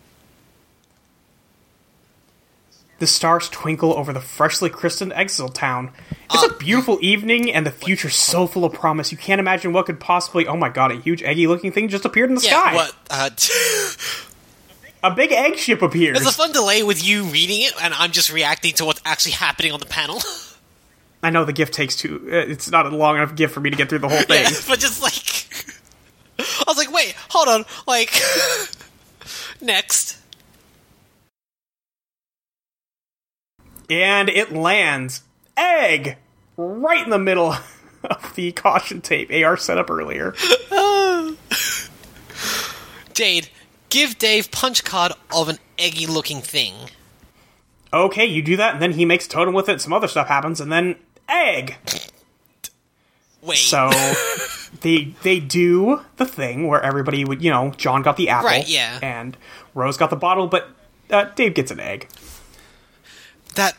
[SPEAKER 1] The stars twinkle over the freshly christened Exile town. It's
[SPEAKER 2] Uh,
[SPEAKER 1] a beautiful evening, and the future's so full of promise. You can't imagine what could possibly. Oh my god, a huge eggy looking thing just appeared in the
[SPEAKER 2] Yeah,
[SPEAKER 1] sky.
[SPEAKER 2] what? Uh, <laughs>
[SPEAKER 1] A big egg ship appears.
[SPEAKER 2] There's a fun delay with you reading it, and I'm just reacting to what's actually happening on the panel. <laughs>
[SPEAKER 1] I know the gift takes two. uh, It's not a long enough gift for me to get through the whole thing.
[SPEAKER 2] but just like, <laughs> I was like, wait, hold on, like, <laughs> next.
[SPEAKER 1] And it lands. Egg! Right in the middle <laughs> of the caution tape AR set up earlier.
[SPEAKER 2] Jade, give Dave punch card of an eggy looking thing.
[SPEAKER 1] okay, you do that, and then he makes totem with it, some other stuff happens, and then egg!
[SPEAKER 2] Wait, <laughs>
[SPEAKER 1] So they they do the thing where everybody would you know John got the apple,
[SPEAKER 2] Right, yeah.
[SPEAKER 1] and Rose got the bottle, but uh, Dave gets an egg.
[SPEAKER 2] that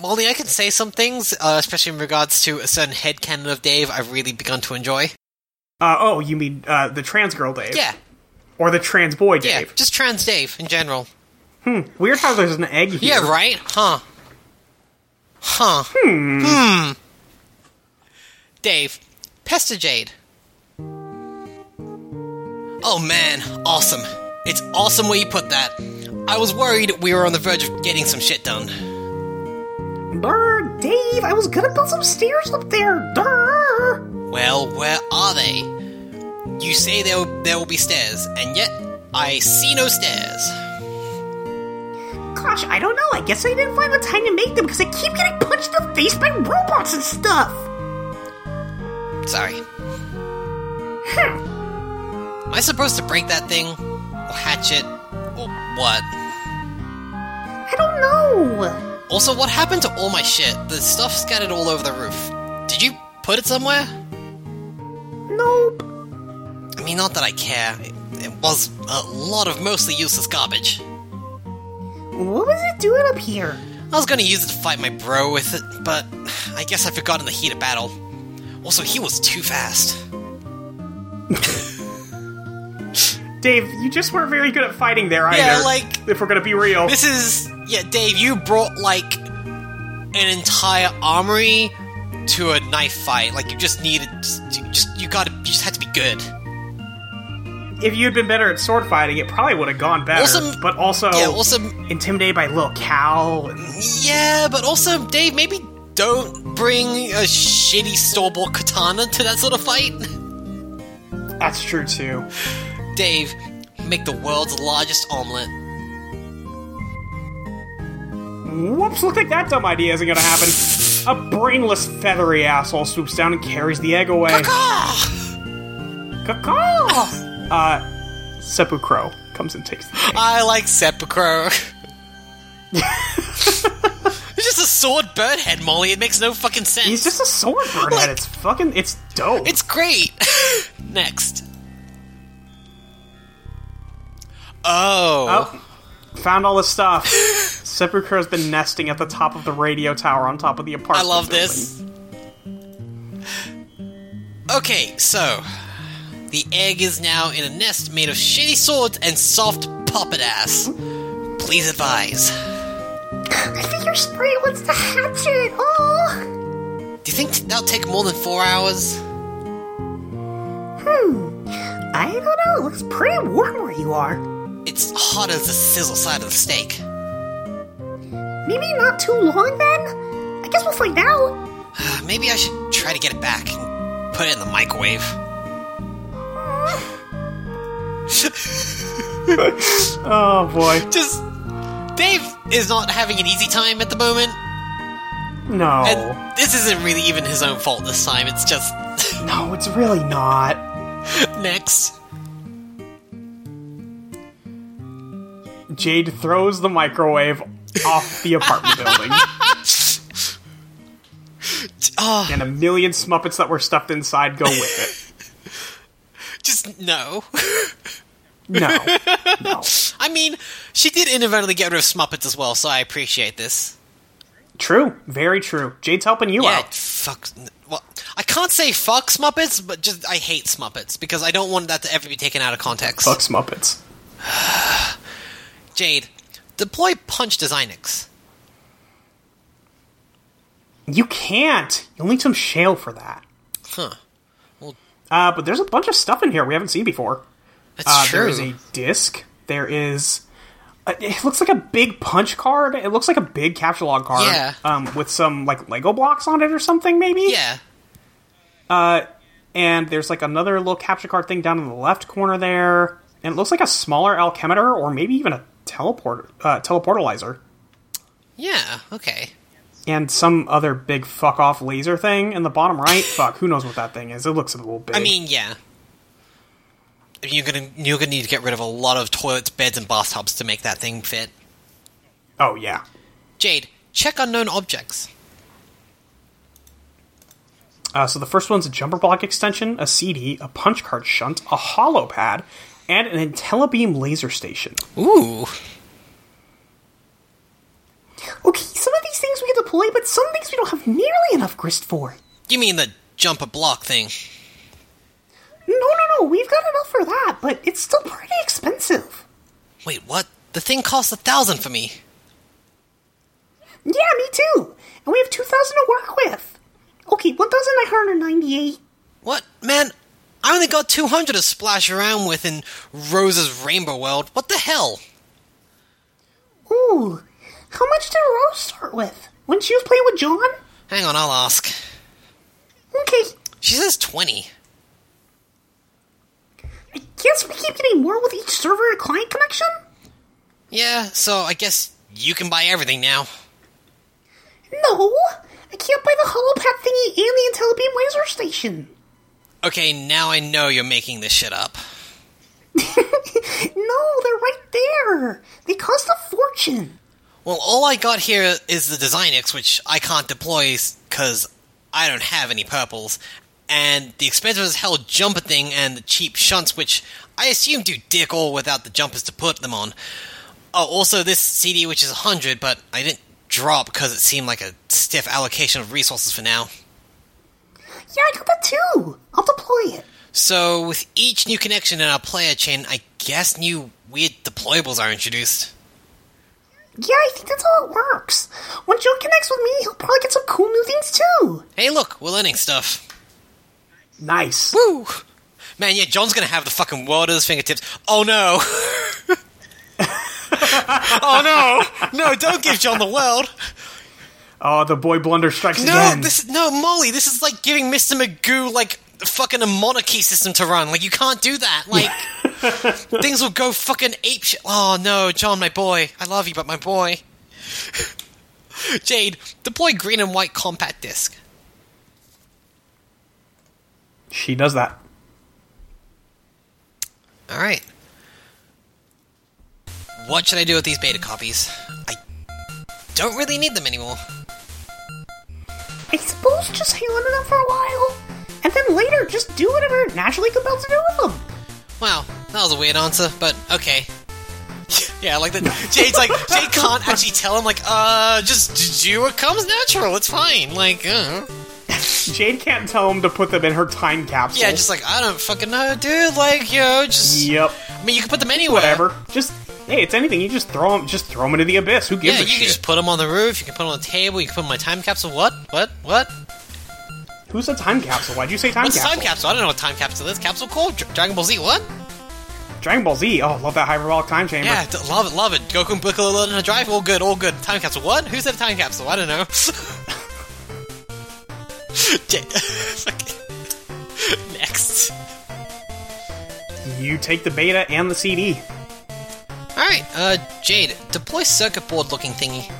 [SPEAKER 2] Molly, I can say some things, uh, especially in regards to a certain headcanon of Dave I've really begun to enjoy.
[SPEAKER 1] Uh, oh, you mean uh, the trans girl Dave?
[SPEAKER 2] Yeah,
[SPEAKER 1] Or the trans boy
[SPEAKER 2] yeah,
[SPEAKER 1] Dave?
[SPEAKER 2] just trans Dave in general.
[SPEAKER 1] Weird how there's an egg here.
[SPEAKER 2] Yeah, right? Huh. Huh. Hmm. Dave, Pester Jade. Oh man, awesome. It's awesome where you put that. I was worried we were on the verge of getting some shit done.
[SPEAKER 3] Brr, Dave, I was gonna build some stairs up there. Durr.
[SPEAKER 2] Well, where are they? You say there there will be stairs, and yet I see no stairs.
[SPEAKER 3] Gosh, I don't know. I guess I didn't find the time to make them because I keep getting punched in the face by robots and stuff.
[SPEAKER 2] Sorry.
[SPEAKER 3] Hmm.
[SPEAKER 2] Am I supposed to break that thing? Or hatch it? Or what?
[SPEAKER 3] I don't know.
[SPEAKER 2] Also, what happened to all my shit? The stuff scattered all over the roof. Did you put it somewhere?
[SPEAKER 3] Nope.
[SPEAKER 2] I mean, not that I care. It, it was a lot of mostly useless garbage.
[SPEAKER 3] What was it doing up here?
[SPEAKER 2] I was gonna use it to fight my bro with it, but <sighs> I guess I forgot in the heat of battle. Also, he was too fast.
[SPEAKER 1] Dave, you just weren't very good at fighting there either.
[SPEAKER 2] Yeah, like-
[SPEAKER 1] if we're gonna be real,
[SPEAKER 2] This is yeah, Dave. You brought like an entire armory to a knife fight. Like you just needed, just, you just you gotta, you just had to be good.
[SPEAKER 1] if you'd been better at sword fighting, it probably would have gone better.
[SPEAKER 2] Also-
[SPEAKER 1] but also,
[SPEAKER 2] yeah, also
[SPEAKER 1] intimidated by little cow. And,
[SPEAKER 2] Yeah, but also, Dave, maybe don't bring a shitty store bought katana to that sort of fight.
[SPEAKER 1] that's true too.
[SPEAKER 2] Dave, make the world's largest
[SPEAKER 1] <laughs>
[SPEAKER 2] omelet.
[SPEAKER 1] Whoops! Looked like that dumb idea isn't gonna happen. A brainless, feathery asshole swoops down and carries the egg away.
[SPEAKER 2] Ah!
[SPEAKER 1] Caw-caw! uh, Seppu Crow comes and takes the egg.
[SPEAKER 2] I
[SPEAKER 1] <laughs>
[SPEAKER 2] like sepulchre. it's just a sword bird head, Molly. It makes no fucking sense.
[SPEAKER 1] He's just a sword bird head. It's fucking. It's dope.
[SPEAKER 2] It's great. <laughs> Next. Oh.
[SPEAKER 1] Oh, found all the
[SPEAKER 2] <laughs>
[SPEAKER 1] stuff. Sepulchre has been nesting at the top of the radio tower on top of the
[SPEAKER 2] I
[SPEAKER 1] apartment.
[SPEAKER 2] love this. Okay, so the egg is now in a nest made of shitty swords and soft puppet ass. Please advise.
[SPEAKER 3] I figure Spray wants to hatch it. Oh.
[SPEAKER 2] Do you think that'll take more than four hours?
[SPEAKER 3] Hmm. I don't know. It looks pretty warm where you are.
[SPEAKER 2] It's hot as the sizzle side of the steak. Uh,
[SPEAKER 3] Maybe not too long then? I guess we'll find out.
[SPEAKER 2] Maybe I should try to get it back and put it in the microwave. <laughs>
[SPEAKER 3] Hmm.
[SPEAKER 1] Oh boy,
[SPEAKER 2] Just Dave is not having an easy time at the moment.
[SPEAKER 1] no,
[SPEAKER 2] And this isn't really even his own fault this time. It's just <laughs>
[SPEAKER 1] no, it's really not.
[SPEAKER 2] next.
[SPEAKER 1] Jade throws the microwave off the apartment building,
[SPEAKER 2] Oh,
[SPEAKER 1] and a million Smuppets that were stuffed inside go with
[SPEAKER 2] just no.
[SPEAKER 1] it. No, no,
[SPEAKER 2] I mean, she did inadvertently get rid of Smuppets as well, so I appreciate this.
[SPEAKER 1] true, very true. Jade's helping you
[SPEAKER 2] Yeah,
[SPEAKER 1] out.
[SPEAKER 2] fuck. Well, I can't say fuck Smuppets, but just I hate Smuppets because I don't want that to ever be taken out of context.
[SPEAKER 1] Fuck Smuppets.
[SPEAKER 2] Jade, deploy Punch Designix.
[SPEAKER 1] You can't. You'll need some shale for that.
[SPEAKER 2] Huh.
[SPEAKER 1] Uh, but there's a bunch of stuff in here we haven't seen before.
[SPEAKER 2] That's
[SPEAKER 1] Uh,
[SPEAKER 2] true.
[SPEAKER 1] There is a disc. There is. uh, It looks like a big punch card. It looks like a big capture log card.
[SPEAKER 2] Yeah.
[SPEAKER 1] Um, with some like Lego blocks on it or something, maybe.
[SPEAKER 2] yeah.
[SPEAKER 1] And there's like another little capture card thing down in the left corner there, and it looks like a smaller alchemeter or maybe even a teleport uh, teleportalizer
[SPEAKER 2] Yeah, okay.
[SPEAKER 1] and some other big fuck off laser thing in the bottom right. Fuck, who knows what that thing is? It looks a little big.
[SPEAKER 2] I mean, yeah. You're gonna you're gonna need to get rid of a lot of toilets, beds, and bathtubs to make that thing fit.
[SPEAKER 1] oh yeah.
[SPEAKER 2] Jade, check unknown objects.
[SPEAKER 1] Uh, so the first one's a jumper block extension, a CD, a punch card shunt, a hollow pad, and an IntelliBeam laser station.
[SPEAKER 2] Ooh.
[SPEAKER 3] Okay, some of these things we get to deploy, but some things we don't have nearly enough grist for.
[SPEAKER 2] You mean the jump a block thing?
[SPEAKER 3] No, no, no, we've got enough for that, but it's still pretty expensive.
[SPEAKER 2] Wait, what? The thing costs a thousand for me.
[SPEAKER 3] Yeah, me too. And we have 2,000 to work with. Okay, 1,998.
[SPEAKER 2] What? Man, I only got 200 to splash around with in Rose's Rainbow World. What the hell?
[SPEAKER 3] Ooh, how much did Rose start with? When she was playing with John?
[SPEAKER 2] Hang on, I'll ask.
[SPEAKER 3] Okay,
[SPEAKER 2] She says 20.
[SPEAKER 3] I guess we keep getting more with each server and client connection?
[SPEAKER 2] Yeah, so I guess you can buy everything now.
[SPEAKER 3] No, I can't buy the hollow pad thingy and the IntelliBeam laser station.
[SPEAKER 2] Okay, now I know you're making this shit up.
[SPEAKER 3] No, they're right there. They cost a fortune.
[SPEAKER 2] Well, all I got here is the Designix, which I can't deploy because I don't have any purples, and the expensive as hell jumper thing and the cheap shunts, which I assume do dick all without the jumpers to put them on. Oh, also this CD, which is 100, but I didn't drop because it seemed like a stiff allocation of resources for now.
[SPEAKER 3] Yeah, I got that too. I'll deploy it.
[SPEAKER 2] So, with each new connection in our player chain, I guess new weird deployables are introduced.
[SPEAKER 3] Yeah, I think that's how it works. When Joe connects with me, he'll probably get some cool new things too.
[SPEAKER 2] Hey, look, we're learning stuff.
[SPEAKER 1] Nice.
[SPEAKER 2] Woo! Man, yeah, John's gonna have the fucking world at his fingertips. Oh no! oh no! No, don't give John the world!
[SPEAKER 1] Oh, the boy blunder strikes
[SPEAKER 2] No,
[SPEAKER 1] again.
[SPEAKER 2] this no, Molly, this is like giving Mr. Magoo like fucking a monarchy system to run. Like you can't do that. Like things will go fucking ape shit. Oh no, John, my boy. I love you, but my boy. <laughs> Jade, deploy green and white compact disc.
[SPEAKER 1] she does that.
[SPEAKER 2] All right. What should I do with these beta copies? I don't really need them anymore.
[SPEAKER 3] I suppose just hang on to them for a while, and then later just do whatever it naturally compelled to do with them.
[SPEAKER 2] Wow, that was a weird answer, but okay. <laughs> yeah, like that. Jade's like Jade can't actually tell him like, uh, just do what comes natural. It's fine. Like, uh,
[SPEAKER 1] Jade can't tell him to put them in her time capsule.
[SPEAKER 2] yeah, just like I don't fucking know, dude. Like, you know, just
[SPEAKER 1] Yep.
[SPEAKER 2] I mean, you can put them anywhere.
[SPEAKER 1] Whatever. Just hey, it's anything. You just throw them. Just throw them into the abyss. Who gives
[SPEAKER 2] Yeah,
[SPEAKER 1] a
[SPEAKER 2] you can
[SPEAKER 1] shit?
[SPEAKER 2] just put them on the roof. You can put them on the table. You can put them in my time capsule. What? What? What?
[SPEAKER 1] Who's a time capsule? Why'd you say time
[SPEAKER 2] What's a
[SPEAKER 1] capsule?
[SPEAKER 2] time capsule? I don't know what time capsule is. Capsule called Dra- Dragon Ball Z. What?
[SPEAKER 1] Dragon Ball Z. Oh, love that hyperbolic time chamber.
[SPEAKER 2] Yeah, d- love it, love it. Goku and Piccolo learning how to drive, all good, all good. Time capsule. What? Who said a time capsule? I don't know. <laughs> J- fucking- Next.
[SPEAKER 1] You take the beta and the CD.
[SPEAKER 2] Alright, uh, Jade, deploy circuit board looking thingy.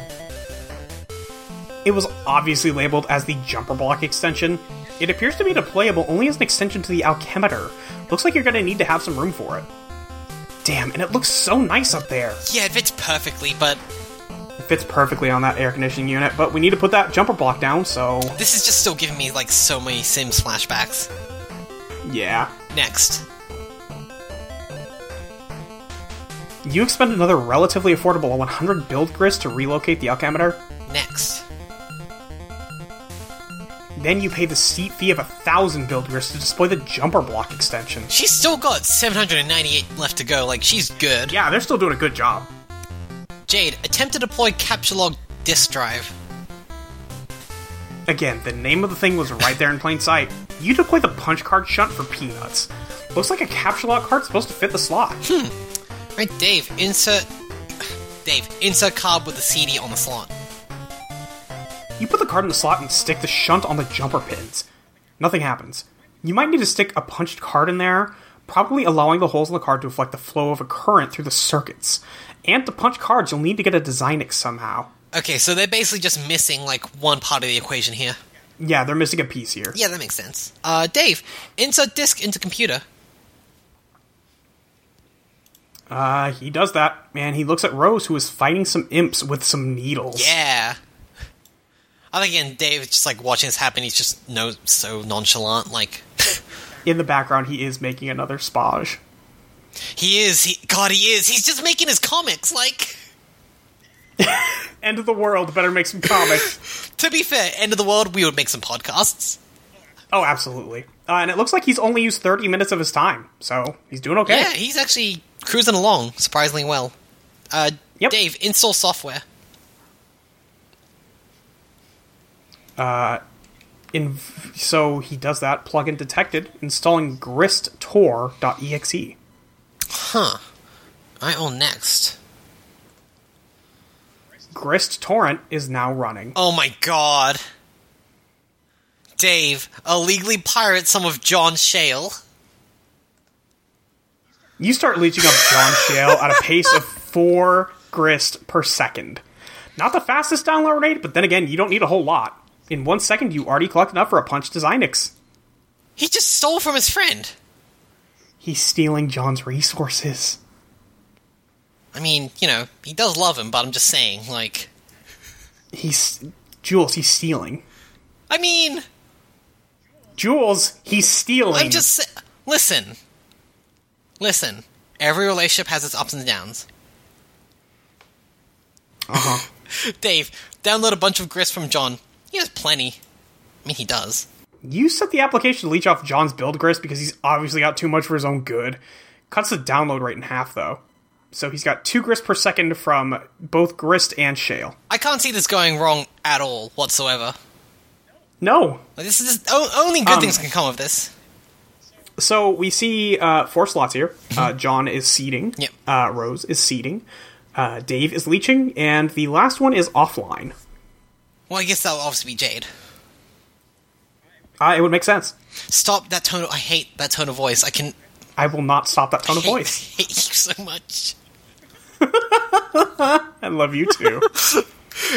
[SPEAKER 1] It was obviously labeled as the jumper block extension. It appears to be deployable only as an extension to the alchemeter. Looks like you're gonna need to have some room for it. Damn, and it looks so nice up there.
[SPEAKER 2] Yeah, it fits perfectly, but
[SPEAKER 1] It fits perfectly on that air conditioning unit, but we need to put that jumper block down, so
[SPEAKER 2] this is just still giving me, like, so many Sims flashbacks.
[SPEAKER 1] yeah.
[SPEAKER 2] Next.
[SPEAKER 1] You expend another relatively affordable 100 build grist to relocate the alchemeter,
[SPEAKER 2] Next.
[SPEAKER 1] then you pay the seat fee of a 1000 build grist to display the jumper block extension.
[SPEAKER 2] She's still got 798 left to go, like, she's good.
[SPEAKER 1] Yeah, they're still doing a good job.
[SPEAKER 2] Jade, attempt to deploy capture log disk drive.
[SPEAKER 1] Again, the name of the thing was right there in plain sight. You deploy the punch card shunt for peanuts. Looks like a capture lock card's supposed to fit the slot.
[SPEAKER 2] Right, Dave, insert. Dave, insert card with the CD on the slot.
[SPEAKER 1] you put the card in the slot and stick the shunt on the jumper pins. Nothing happens. You might need to stick a punched card in there, probably allowing the holes in the card to reflect the flow of a current through the circuits. And to punch cards, you'll need to get a Designix somehow.
[SPEAKER 2] Okay, so they're basically just missing, like, one part of the equation here.
[SPEAKER 1] Yeah, they're missing a piece here.
[SPEAKER 2] Yeah, that makes sense. Uh, Dave, insert disk into computer.
[SPEAKER 1] Uh, he does that, and he looks at Rose, who is fighting some imps with some needles.
[SPEAKER 2] Yeah. I think, again, Dave is just, like, watching this happen. He's just no, so nonchalant. Like, <laughs>
[SPEAKER 1] In the background, he is making another spage.
[SPEAKER 2] he is. He, God, he is. He's just making his comics. Like,
[SPEAKER 1] End of the world better make some comics.
[SPEAKER 2] <laughs> To be fair, end of the world, we would make some podcasts.
[SPEAKER 1] oh, absolutely. Uh, and it looks like he's only used 30 minutes of his time, so he's doing okay.
[SPEAKER 2] Yeah, he's actually cruising along surprisingly well. Uh,
[SPEAKER 1] Yep.
[SPEAKER 2] Dave, install software.
[SPEAKER 1] In, so he does that, plugin detected, installing gristtor.exe.
[SPEAKER 2] I on next.
[SPEAKER 1] Grist torrent is now running.
[SPEAKER 2] Oh my god. Dave, illegally pirate some of John Shale.
[SPEAKER 1] You start leeching up John Shale at a pace of four grist per second. Not the fastest download rate, but then again, you don't need a whole lot. In one second, you already collect enough for a punch to Zynix.
[SPEAKER 2] He just stole from his friend.
[SPEAKER 1] He's stealing John's resources.
[SPEAKER 2] I mean, you know, he does love him, but I'm just saying, like,
[SPEAKER 1] He's. Jules, he's stealing.
[SPEAKER 2] I mean,
[SPEAKER 1] Jules, he's stealing.
[SPEAKER 2] I'm just sa- listen, listen. Every relationship has its ups and downs. Uh huh. <laughs> Dave, download a bunch of grist from John. He has plenty. I mean, he does.
[SPEAKER 1] You set the application to leech off John's build grist because he's obviously got too much for his own good. Cuts the download rate in half, though. So he's got two grist per second from both grist and shale.
[SPEAKER 2] I can't see this going wrong at all whatsoever.
[SPEAKER 1] No,
[SPEAKER 2] Like, this is o- only good things can come of this.
[SPEAKER 1] So we see uh, four slots here. Uh, John is seeding.
[SPEAKER 2] Mm-hmm. Yep.
[SPEAKER 1] Uh, Rose is seeding. Uh, Dave is leeching, and the last one is offline.
[SPEAKER 2] Well, I guess that'll obviously be Jade.
[SPEAKER 1] Uh, it would make sense.
[SPEAKER 2] Stop that tone. Of- I hate that tone of voice. I can
[SPEAKER 1] I will not stop that tone of
[SPEAKER 2] hate,
[SPEAKER 1] voice.
[SPEAKER 2] <laughs> hate you so much.
[SPEAKER 1] I love you
[SPEAKER 2] <laughs>
[SPEAKER 1] too.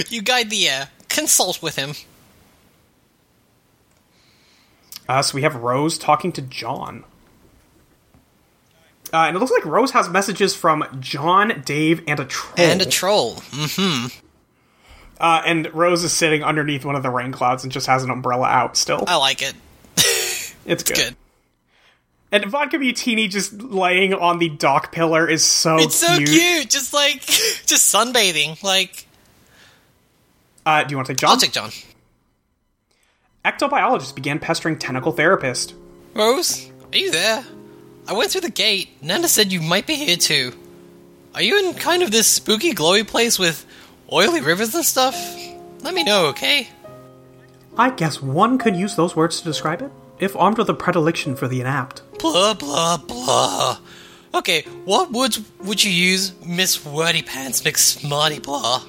[SPEAKER 2] You guide the air. Consult with him.
[SPEAKER 1] uh, so we have Rose talking to John. Uh, and it looks like Rose has messages from John, Dave, and a troll.
[SPEAKER 2] And a troll. Mm.
[SPEAKER 1] uh, and Rose is sitting underneath one of the rain clouds and just has an umbrella out still.
[SPEAKER 2] I like it.
[SPEAKER 1] it's good.
[SPEAKER 2] Oh, Good.
[SPEAKER 1] And Vodka Mutini just laying on the dock pillar is so
[SPEAKER 2] It's so cute. Just like, <laughs> just sunbathing. Like,
[SPEAKER 1] Uh, do you want to take John?
[SPEAKER 2] I'll take John.
[SPEAKER 1] Ectobiologists began pestering tentacle therapist.
[SPEAKER 2] Rose, are you there? I went through the gate. Nana said you might be here too. Are you in kind of this spooky, glowy place with oily rivers and stuff? Let me know, okay?
[SPEAKER 1] I guess one could use those words to describe it, if armed with a predilection for the inapt.
[SPEAKER 2] Blah, blah, blah. Okay, what words would you use, Miss Wordy Pants McSmarty Blah?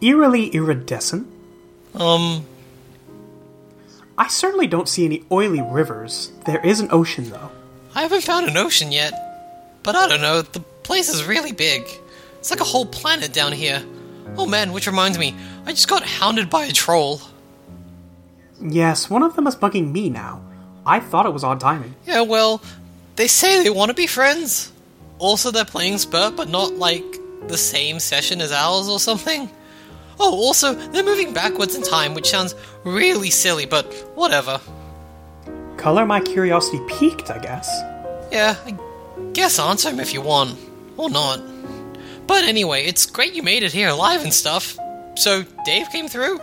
[SPEAKER 1] Eerily iridescent.
[SPEAKER 2] Um,
[SPEAKER 1] I certainly don't see any oily rivers. There is an ocean, though.
[SPEAKER 2] I haven't found an ocean yet, but I don't know, the place is really big. It's like a whole planet down here. Oh man, which reminds me, I just got hounded by a troll.
[SPEAKER 1] Yes, one of them is bugging me now. I thought it was odd timing.
[SPEAKER 2] Yeah, well, they say they want to be friends. Also, they're playing Spurt, but not like the same session as ours or something. Oh, also, they're moving backwards in time, which sounds really silly, but whatever.
[SPEAKER 1] Color my curiosity piqued, I guess.
[SPEAKER 2] Yeah, I guess answer him if you want. Or not. But anyway, it's great you made it here alive and stuff. So, Dave came through?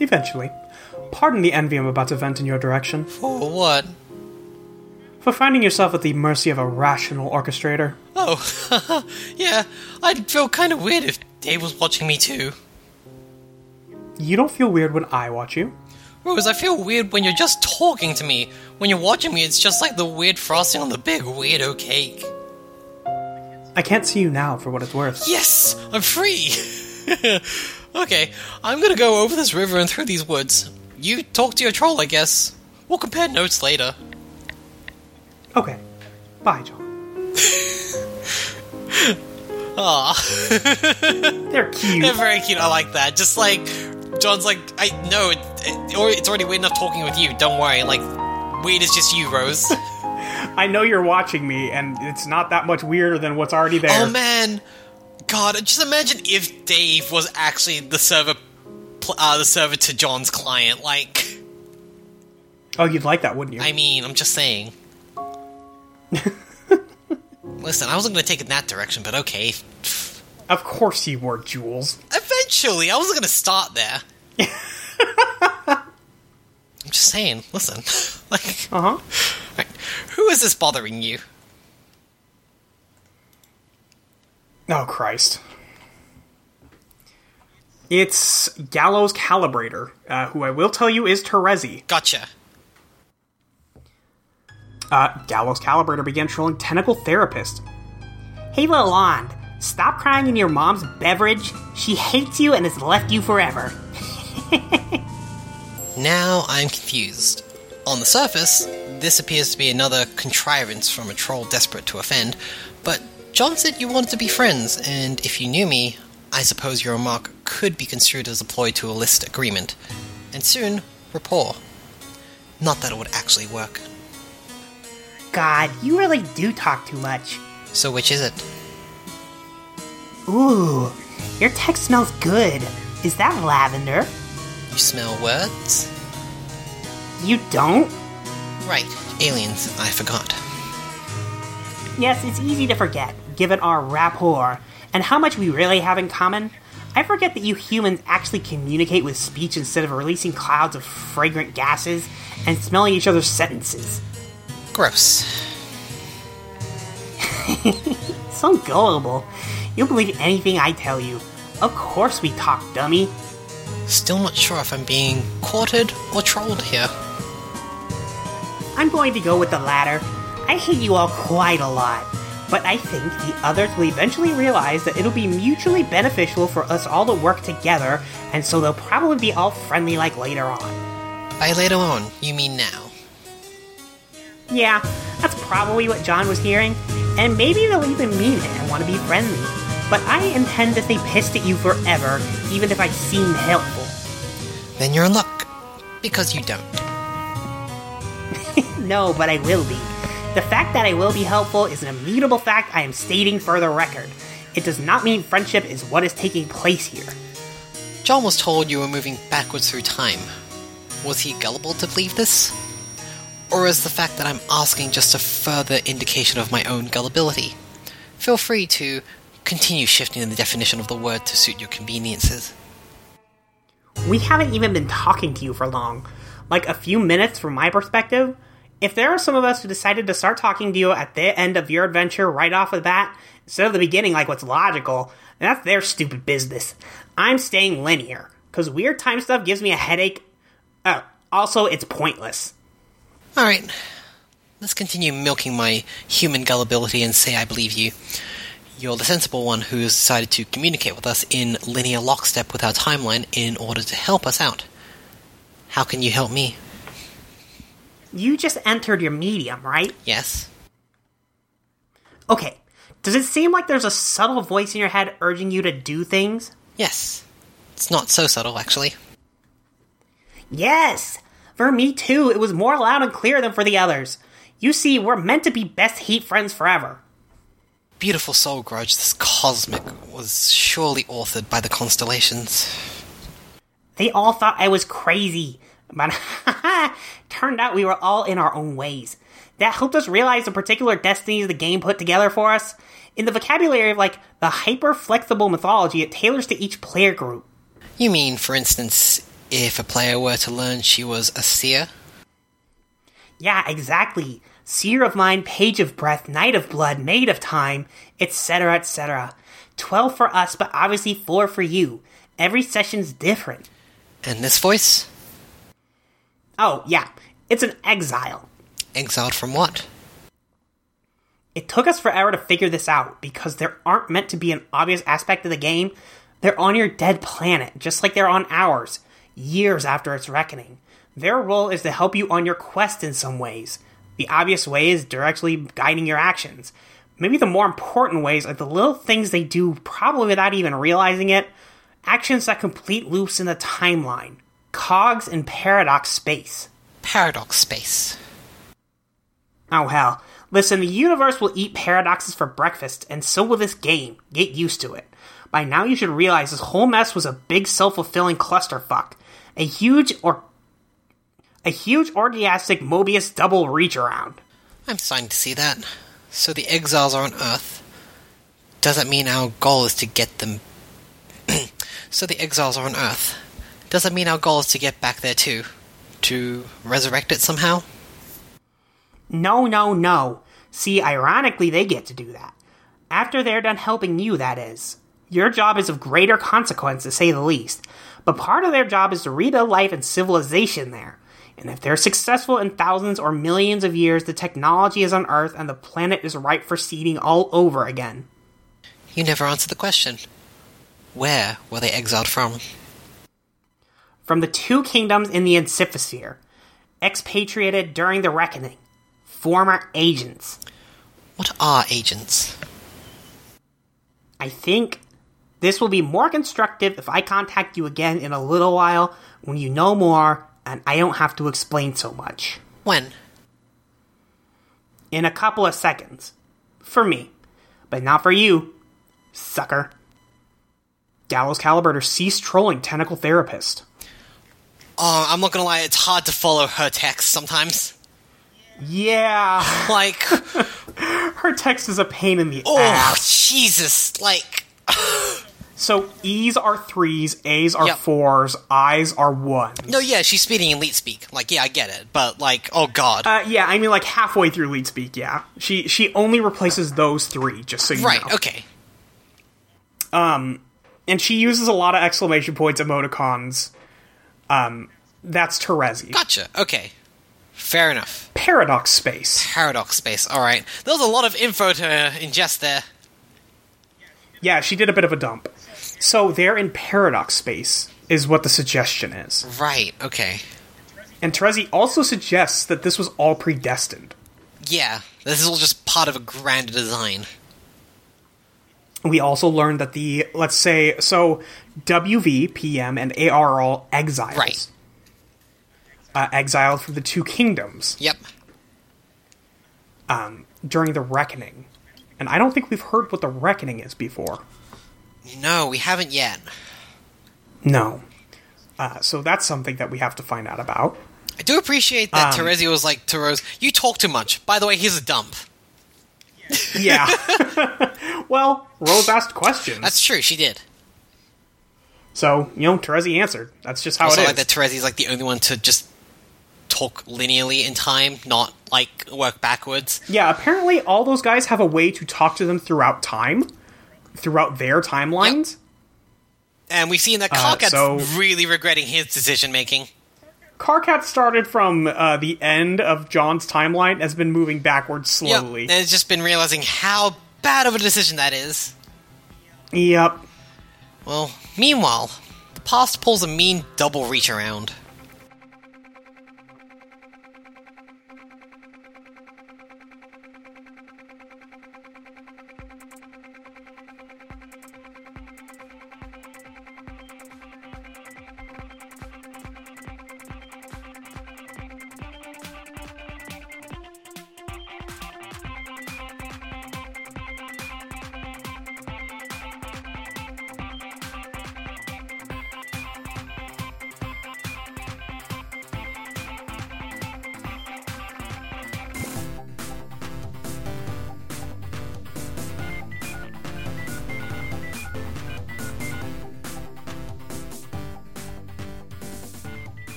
[SPEAKER 1] Eventually. Pardon the envy I'm about to vent in your direction
[SPEAKER 2] For what?
[SPEAKER 1] for finding yourself at the mercy of a rational orchestrator.
[SPEAKER 2] Oh, <laughs> yeah, I'd feel kind of weird if Dave was watching me too.
[SPEAKER 1] You don't feel weird when I watch you.
[SPEAKER 2] Rose, I feel weird when you're just talking to me. When you're watching me, it's just like the weird frosting on the big weirdo cake.
[SPEAKER 1] I can't see you now for what it's worth.
[SPEAKER 2] Yes, I'm free! <laughs> okay, I'm gonna go over this river and through these woods. You talk to your troll, I guess. We'll compare notes later.
[SPEAKER 1] Okay. Bye, John.
[SPEAKER 2] <laughs>
[SPEAKER 1] Aw. They're cute.
[SPEAKER 2] They're very cute. I like that. Just like John's like, I no, it, it, or it's already weird enough talking with you. Don't worry. Like, weird is just you, Rose. <laughs>
[SPEAKER 1] I know you're watching me, and it's not that much weirder than what's already there.
[SPEAKER 2] oh man, God, just imagine if Dave was actually the server, pl- uh, the server to John's client. Like,
[SPEAKER 1] Oh, you'd like that, wouldn't you?
[SPEAKER 2] I mean, I'm just saying. Listen, I wasn't going to take it in that direction, but okay.
[SPEAKER 1] Of course you were, Jules.
[SPEAKER 2] Eventually, I wasn't going to start there. I'm just saying. Listen, <laughs> like,
[SPEAKER 1] Uh huh.
[SPEAKER 2] right, who is this bothering you?
[SPEAKER 1] Oh, Christ. It's Gallows Calibrator, uh, who I will tell you is Terezi.
[SPEAKER 2] Gotcha.
[SPEAKER 1] Uh, Gallows Calibrator began trolling Tentacle Therapist. Hey, Lalonde, stop crying in your mom's beverage. She hates you and has left you forever.
[SPEAKER 2] Now I'm confused. On the surface, this appears to be another contrivance from a troll desperate to offend, but John said you wanted to be friends, and if you knew me, I suppose your remark could be construed as a ploy to elicit agreement, and soon, rapport. Not that it would actually work.
[SPEAKER 3] God, you really do talk too much.
[SPEAKER 2] So, which is it?
[SPEAKER 3] Ooh, your text smells good. Is that lavender?
[SPEAKER 2] You smell words?
[SPEAKER 3] You don't?
[SPEAKER 2] Right, aliens, I forgot.
[SPEAKER 3] Yes, it's easy to forget, given our rapport and how much we really have in common. I forget that you humans actually communicate with speech instead of releasing clouds of fragrant gases and smelling each other's sentences.
[SPEAKER 2] Gross.
[SPEAKER 3] So gullible. You'll believe anything I tell you. Of course we talk, dummy.
[SPEAKER 2] Still not sure if I'm being courted or trolled here.
[SPEAKER 3] I'm going to go with the latter. I hate you all quite a lot, but I think the others will eventually realize that it'll be mutually beneficial for us all to work together, and so they'll probably be all friendly like later on.
[SPEAKER 2] By later on, you mean now.
[SPEAKER 3] Yeah, that's probably what John was hearing, and maybe they'll even mean it and want to be friendly. But I intend to stay pissed at you forever, even if I seem helpful.
[SPEAKER 2] Then you're in luck. Because you don't.
[SPEAKER 3] No, but I will be. The fact that I will be helpful is an immutable fact I am stating for the record. It does not mean friendship is what is taking place here.
[SPEAKER 2] John was told you were moving backwards through time. Was he gullible to believe this? Or is the fact that I'm asking just a further indication of my own gullibility? Feel free to continue shifting the definition of the word to suit your conveniences.
[SPEAKER 3] We haven't even been talking to you for long. Like a few minutes from my perspective. If there are some of us who decided to start talking to you at the end of your adventure right off the bat, instead of the beginning like what's logical, then that's their stupid business. I'm staying linear, because weird time stuff gives me a headache. Oh, also, it's pointless.
[SPEAKER 2] Alright, let's continue milking my human gullibility and say I believe you. You're the sensible one who has decided to communicate with us in linear lockstep with our timeline in order to help us out. How can you help me?
[SPEAKER 3] You just entered your medium, right?
[SPEAKER 2] Yes?
[SPEAKER 3] Okay, does it seem like there's a subtle voice in your head urging you to do things?
[SPEAKER 2] Yes. It's not so subtle, actually.
[SPEAKER 3] Yes! For me too, it was more loud and clear than for the others. You see, we're meant to be best hate friends forever.
[SPEAKER 2] Beautiful Soul Grudge, this cosmic, was surely authored by the constellations.
[SPEAKER 3] They all thought I was crazy, but <laughs> turned out we were all in our own ways. That helped us realize the particular destinies the game put together for us. In the vocabulary of like the hyper flexible mythology, it tailors to each player group.
[SPEAKER 2] You mean, for instance, if a player were to learn she was a seer?
[SPEAKER 3] Yeah, exactly. Seer of mind, page of breath, knight of blood, maid of time, etc., etc. Twelve for us, but obviously four for you. Every session's different.
[SPEAKER 2] And this voice?
[SPEAKER 3] Oh, yeah, it's an exile.
[SPEAKER 2] Exiled from what?
[SPEAKER 3] It took us forever to figure this out because there aren't meant to be an obvious aspect of the game. They're on your dead planet, just like they're on ours, years after its reckoning. Their role is to help you on your quest in some ways. The obvious way is directly guiding your actions. Maybe the more important ways are the little things they do, probably without even realizing it. Actions that complete loops in the timeline, cogs in paradox space.
[SPEAKER 2] Paradox space.
[SPEAKER 3] Oh hell. Listen, the universe will eat paradoxes for breakfast, and so will this game. Get used to it. By now you should realize this whole mess was a big self-fulfilling clusterfuck. A huge or a huge orgiastic Mobius double reach around.
[SPEAKER 2] I'm starting to see that. So the exiles are on Earth. doesn't mean our goal is to get them. <clears throat> so the exiles are on Earth. Doesn't mean our goal is to get back there too. To resurrect it somehow?
[SPEAKER 3] No, no, no. See, ironically, they get to do that. After they're done helping you, that is. Your job is of greater consequence, to say the least, but part of their job is to rebuild life and civilization there. And if they're successful in thousands or millions of years, the technology is on Earth and the planet is ripe for seeding all over again.
[SPEAKER 2] You never answered the question. Where were they exiled from?
[SPEAKER 3] From the two kingdoms in the Enciphesphere, expatriated during the Reckoning, former agents.
[SPEAKER 2] What are agents?
[SPEAKER 3] I think this will be more constructive if I contact you again in a little while when you know more and I don't have to explain so much.
[SPEAKER 2] When?
[SPEAKER 3] In a couple of seconds. For me. But not for you, sucker. Gallows Caliberter ceased trolling Tentacle Therapist.
[SPEAKER 2] Oh, I'm not gonna lie, it's hard to follow her text sometimes. Ah.
[SPEAKER 3] Yeah,
[SPEAKER 2] Like,
[SPEAKER 3] her text is a pain in the
[SPEAKER 2] oh,
[SPEAKER 3] ass.
[SPEAKER 2] Jesus, like,
[SPEAKER 3] So E's are threes, A's are
[SPEAKER 2] Yep.
[SPEAKER 3] fours, I's are ones.
[SPEAKER 2] no, yeah, she's speeding in leet speak. Like, yeah, I get it, but like, oh god.
[SPEAKER 3] Uh, yeah, I mean like halfway through lead speak. Yeah, she she only replaces those three, just so you
[SPEAKER 2] right,
[SPEAKER 3] know.
[SPEAKER 2] okay.
[SPEAKER 3] And she uses a lot of exclamation points, emoticons. Um, that's Terezi.
[SPEAKER 2] Gotcha, okay. Fair enough.
[SPEAKER 3] Paradox space.
[SPEAKER 2] Paradox space, alright. There was a lot of info to ingest there.
[SPEAKER 3] Yeah, she did a bit of a dump. So they're in paradox space, is what the suggestion is.
[SPEAKER 2] Right, okay.
[SPEAKER 3] And Terezi also suggests that this was all predestined.
[SPEAKER 2] Yeah, this is all just part of a grander design.
[SPEAKER 3] We also learned that the, let's say, so WV, PM, and AR are all exiles.
[SPEAKER 2] Right.
[SPEAKER 3] Uh, exiled from the two kingdoms
[SPEAKER 2] Yep.
[SPEAKER 3] during the Reckoning. And I don't think we've heard what the Reckoning is before.
[SPEAKER 2] No, we haven't yet.
[SPEAKER 3] No. Uh, so that's something that we have to find out about.
[SPEAKER 2] I do appreciate that
[SPEAKER 3] Um,
[SPEAKER 2] Terezi was like, to Rose, you talk too much. By the way, here's a dump.
[SPEAKER 3] <laughs> Yeah. <laughs> well, Rose asked questions.
[SPEAKER 2] That's true, she did.
[SPEAKER 3] So, you know, Terezi answered. That's just how
[SPEAKER 2] also
[SPEAKER 3] Oh, it
[SPEAKER 2] like
[SPEAKER 3] is.
[SPEAKER 2] that Terezi's like the only one to just talk linearly in time, not like work backwards.
[SPEAKER 3] yeah, apparently all those guys have a way to talk to them throughout time, throughout their timelines.
[SPEAKER 2] And we've seen that Carcat's
[SPEAKER 3] Uh, so-
[SPEAKER 2] really regretting his decision making.
[SPEAKER 3] Carcat started from uh, the end of John's timeline, has been moving backwards
[SPEAKER 2] Yep.
[SPEAKER 3] slowly.
[SPEAKER 2] And it's just been realizing how bad of a decision that is.
[SPEAKER 3] Yep.
[SPEAKER 2] Well, meanwhile, the past pulls a mean double reach around.